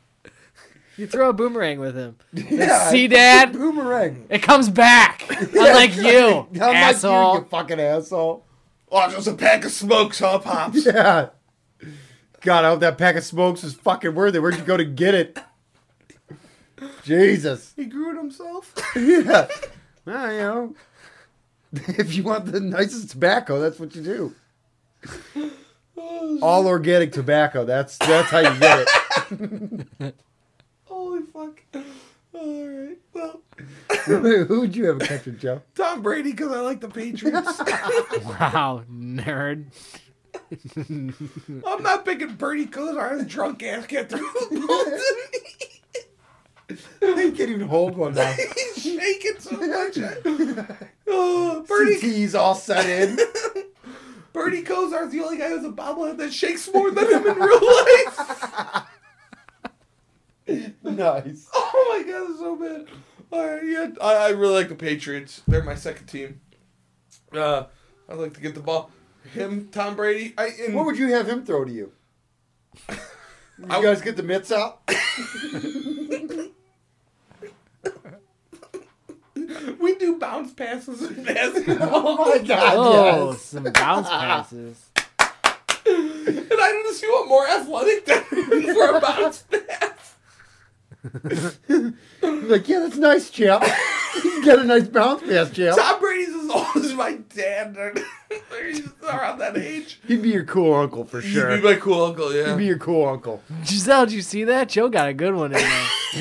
Speaker 4: You throw a boomerang with him.
Speaker 3: Yeah,
Speaker 4: See,
Speaker 3: it's a
Speaker 4: Dad?
Speaker 3: Boomerang.
Speaker 4: It comes back. Unlike you,
Speaker 3: Unlike
Speaker 4: asshole.
Speaker 3: you, you fucking asshole.
Speaker 2: Oh, there's a pack of smokes, huh, pops?
Speaker 3: Yeah. God, I hope that pack of smokes was fucking worth it. Where'd you go to get it? Jesus.
Speaker 2: He grew it himself.
Speaker 3: Yeah. Well, you know, if you want the nicest tobacco, that's what you do.
Speaker 2: Oh,
Speaker 3: All organic tobacco. That's that's how you get it.
Speaker 2: Holy fuck. All right. Well,
Speaker 3: Who would you have a catch with, Joe?
Speaker 2: Tom Brady because I like the Patriots.
Speaker 4: Wow, nerd.
Speaker 2: I'm not picking Bernie Kosar. His drunk ass can't throw the ball. to me.
Speaker 3: He can't even hold one now.
Speaker 2: He's shaking so much. Oh, Bernie,
Speaker 3: CT's all set in.
Speaker 2: Bernie Kosar's the only guy who's a bobblehead that shakes more than him in real life.
Speaker 3: Nice.
Speaker 2: Oh my god, that's so bad. All right, yeah, I, I really like the Patriots. They're my second team. Uh, I'd like to get the ball. Him, Tom Brady. I and
Speaker 3: What would you have him throw to you? You
Speaker 2: I-
Speaker 3: guys get the mitts out?
Speaker 2: we do bounce passes in basketball,
Speaker 3: Oh my god,
Speaker 4: Oh,
Speaker 3: yes.
Speaker 4: some bounce passes.
Speaker 2: and I didn't see what more athletic than for a bounce pass.
Speaker 3: Like, yeah, that's nice, champ. You got a nice bounce pass, champ.
Speaker 2: Tom Brady's as old as my dad. He's around that age.
Speaker 3: He'd be your cool uncle for sure.
Speaker 2: He'd be my cool uncle, yeah.
Speaker 3: He'd be your cool uncle.
Speaker 4: Giselle, did you see that? Joe got a good one in there.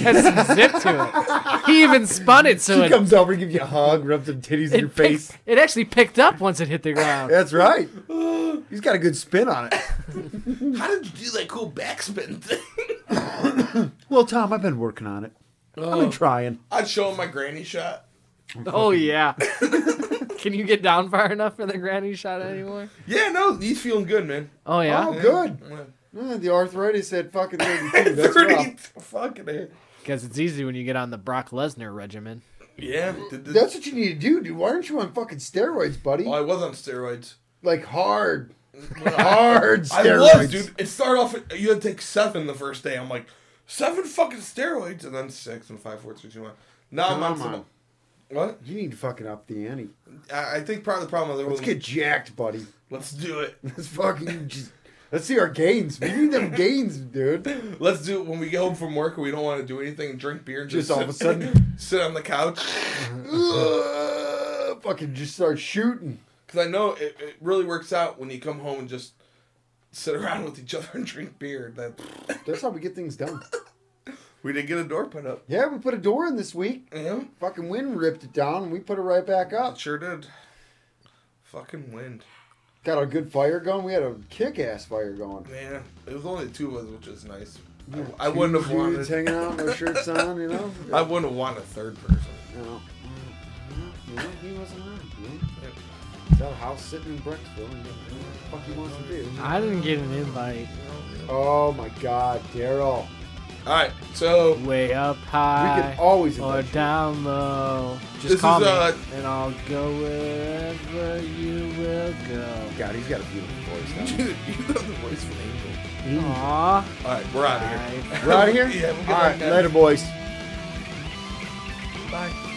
Speaker 4: Has some zip to it. He even spun it so
Speaker 3: She
Speaker 4: it,
Speaker 3: comes over, gives you a hug, rubs some titties in
Speaker 4: it
Speaker 3: your
Speaker 4: picked-
Speaker 3: face.
Speaker 4: It actually picked up once it hit the ground.
Speaker 3: That's right. He's got a good spin on it.
Speaker 2: How did you do that cool backspin thing?
Speaker 3: Well, Tom, I've been working on it. I've
Speaker 4: Oh,
Speaker 3: been trying.
Speaker 2: I'd show him my granny shot.
Speaker 4: Oh, yeah. Can you get down far enough for the granny shot anymore?
Speaker 2: Yeah, no, he's feeling good, man.
Speaker 4: Oh yeah.
Speaker 3: Oh, good.
Speaker 2: Yeah.
Speaker 3: Uh, the arthritis had fucking 32. That's
Speaker 2: Thirty
Speaker 3: rough.
Speaker 2: fucking A.
Speaker 4: Because it's easy when you get on the Brock Lesnar regimen.
Speaker 2: Yeah. Did the-
Speaker 3: That's what you need to do, dude. Why aren't you on fucking steroids, buddy?
Speaker 2: oh, I was on steroids.
Speaker 3: Like hard,
Speaker 2: I
Speaker 3: hard steroids.
Speaker 2: was, dude. It started off. At, you had to take seven the first day. I'm like, seven fucking steroids, and then six and five, four, three, two, one. Now I'm on.
Speaker 3: Come
Speaker 2: some-
Speaker 3: on.
Speaker 2: What?
Speaker 3: You need to fucking up the ante.
Speaker 2: I, I think part of the problem is
Speaker 3: Let's
Speaker 2: everyone.
Speaker 3: get jacked, buddy.
Speaker 2: let's do it.
Speaker 3: Let's fucking just. Let's see our gains. We need them gains, dude.
Speaker 2: Let's do it when we get home from work and we don't want to do anything, drink beer, and just,
Speaker 3: Just all of a
Speaker 2: sit-
Speaker 3: sudden.
Speaker 2: sit on the couch.
Speaker 3: Ugh, fucking just start shooting.
Speaker 2: Because I know it, it really works out when you come home and just sit around with each other and drink beer. That
Speaker 3: That's how we get things done.
Speaker 2: we didn't get a door put up.
Speaker 3: Yeah, we put a door in this week.
Speaker 2: Yeah,
Speaker 3: Fucking wind ripped it down, and we put it right back up.
Speaker 2: sure did. Fucking wind.
Speaker 3: Got a good fire going. We had a kick-ass fire going.
Speaker 2: Yeah, it was only two of us, which is nice. I, I wouldn't have
Speaker 3: Two dudes
Speaker 2: wanted.
Speaker 3: hanging out, no shirts on, you know.
Speaker 2: I wouldn't have wanted a third person.
Speaker 3: No. No, he wasn't around.
Speaker 2: Yeah.
Speaker 3: Is that a house sitting in Brecksville? And what the fuck he wants to do?
Speaker 4: I didn't get an invite.
Speaker 3: Oh my God, Daryl.
Speaker 2: All right, so
Speaker 4: Way up
Speaker 3: We
Speaker 4: high.
Speaker 3: can always
Speaker 4: or
Speaker 3: invite you.
Speaker 4: down low. Just
Speaker 2: This
Speaker 4: call
Speaker 2: is,
Speaker 4: me,
Speaker 2: uh,
Speaker 4: and I'll go wherever you will go.
Speaker 3: God, he's got a beautiful voice.
Speaker 2: dude, you know the voice from Angel.
Speaker 4: Aww.
Speaker 2: All right, we're out of here.
Speaker 3: We're out of here.
Speaker 2: Yeah, we'll get
Speaker 3: All
Speaker 2: back
Speaker 3: right,
Speaker 2: next.
Speaker 3: later, boys.
Speaker 2: Bye.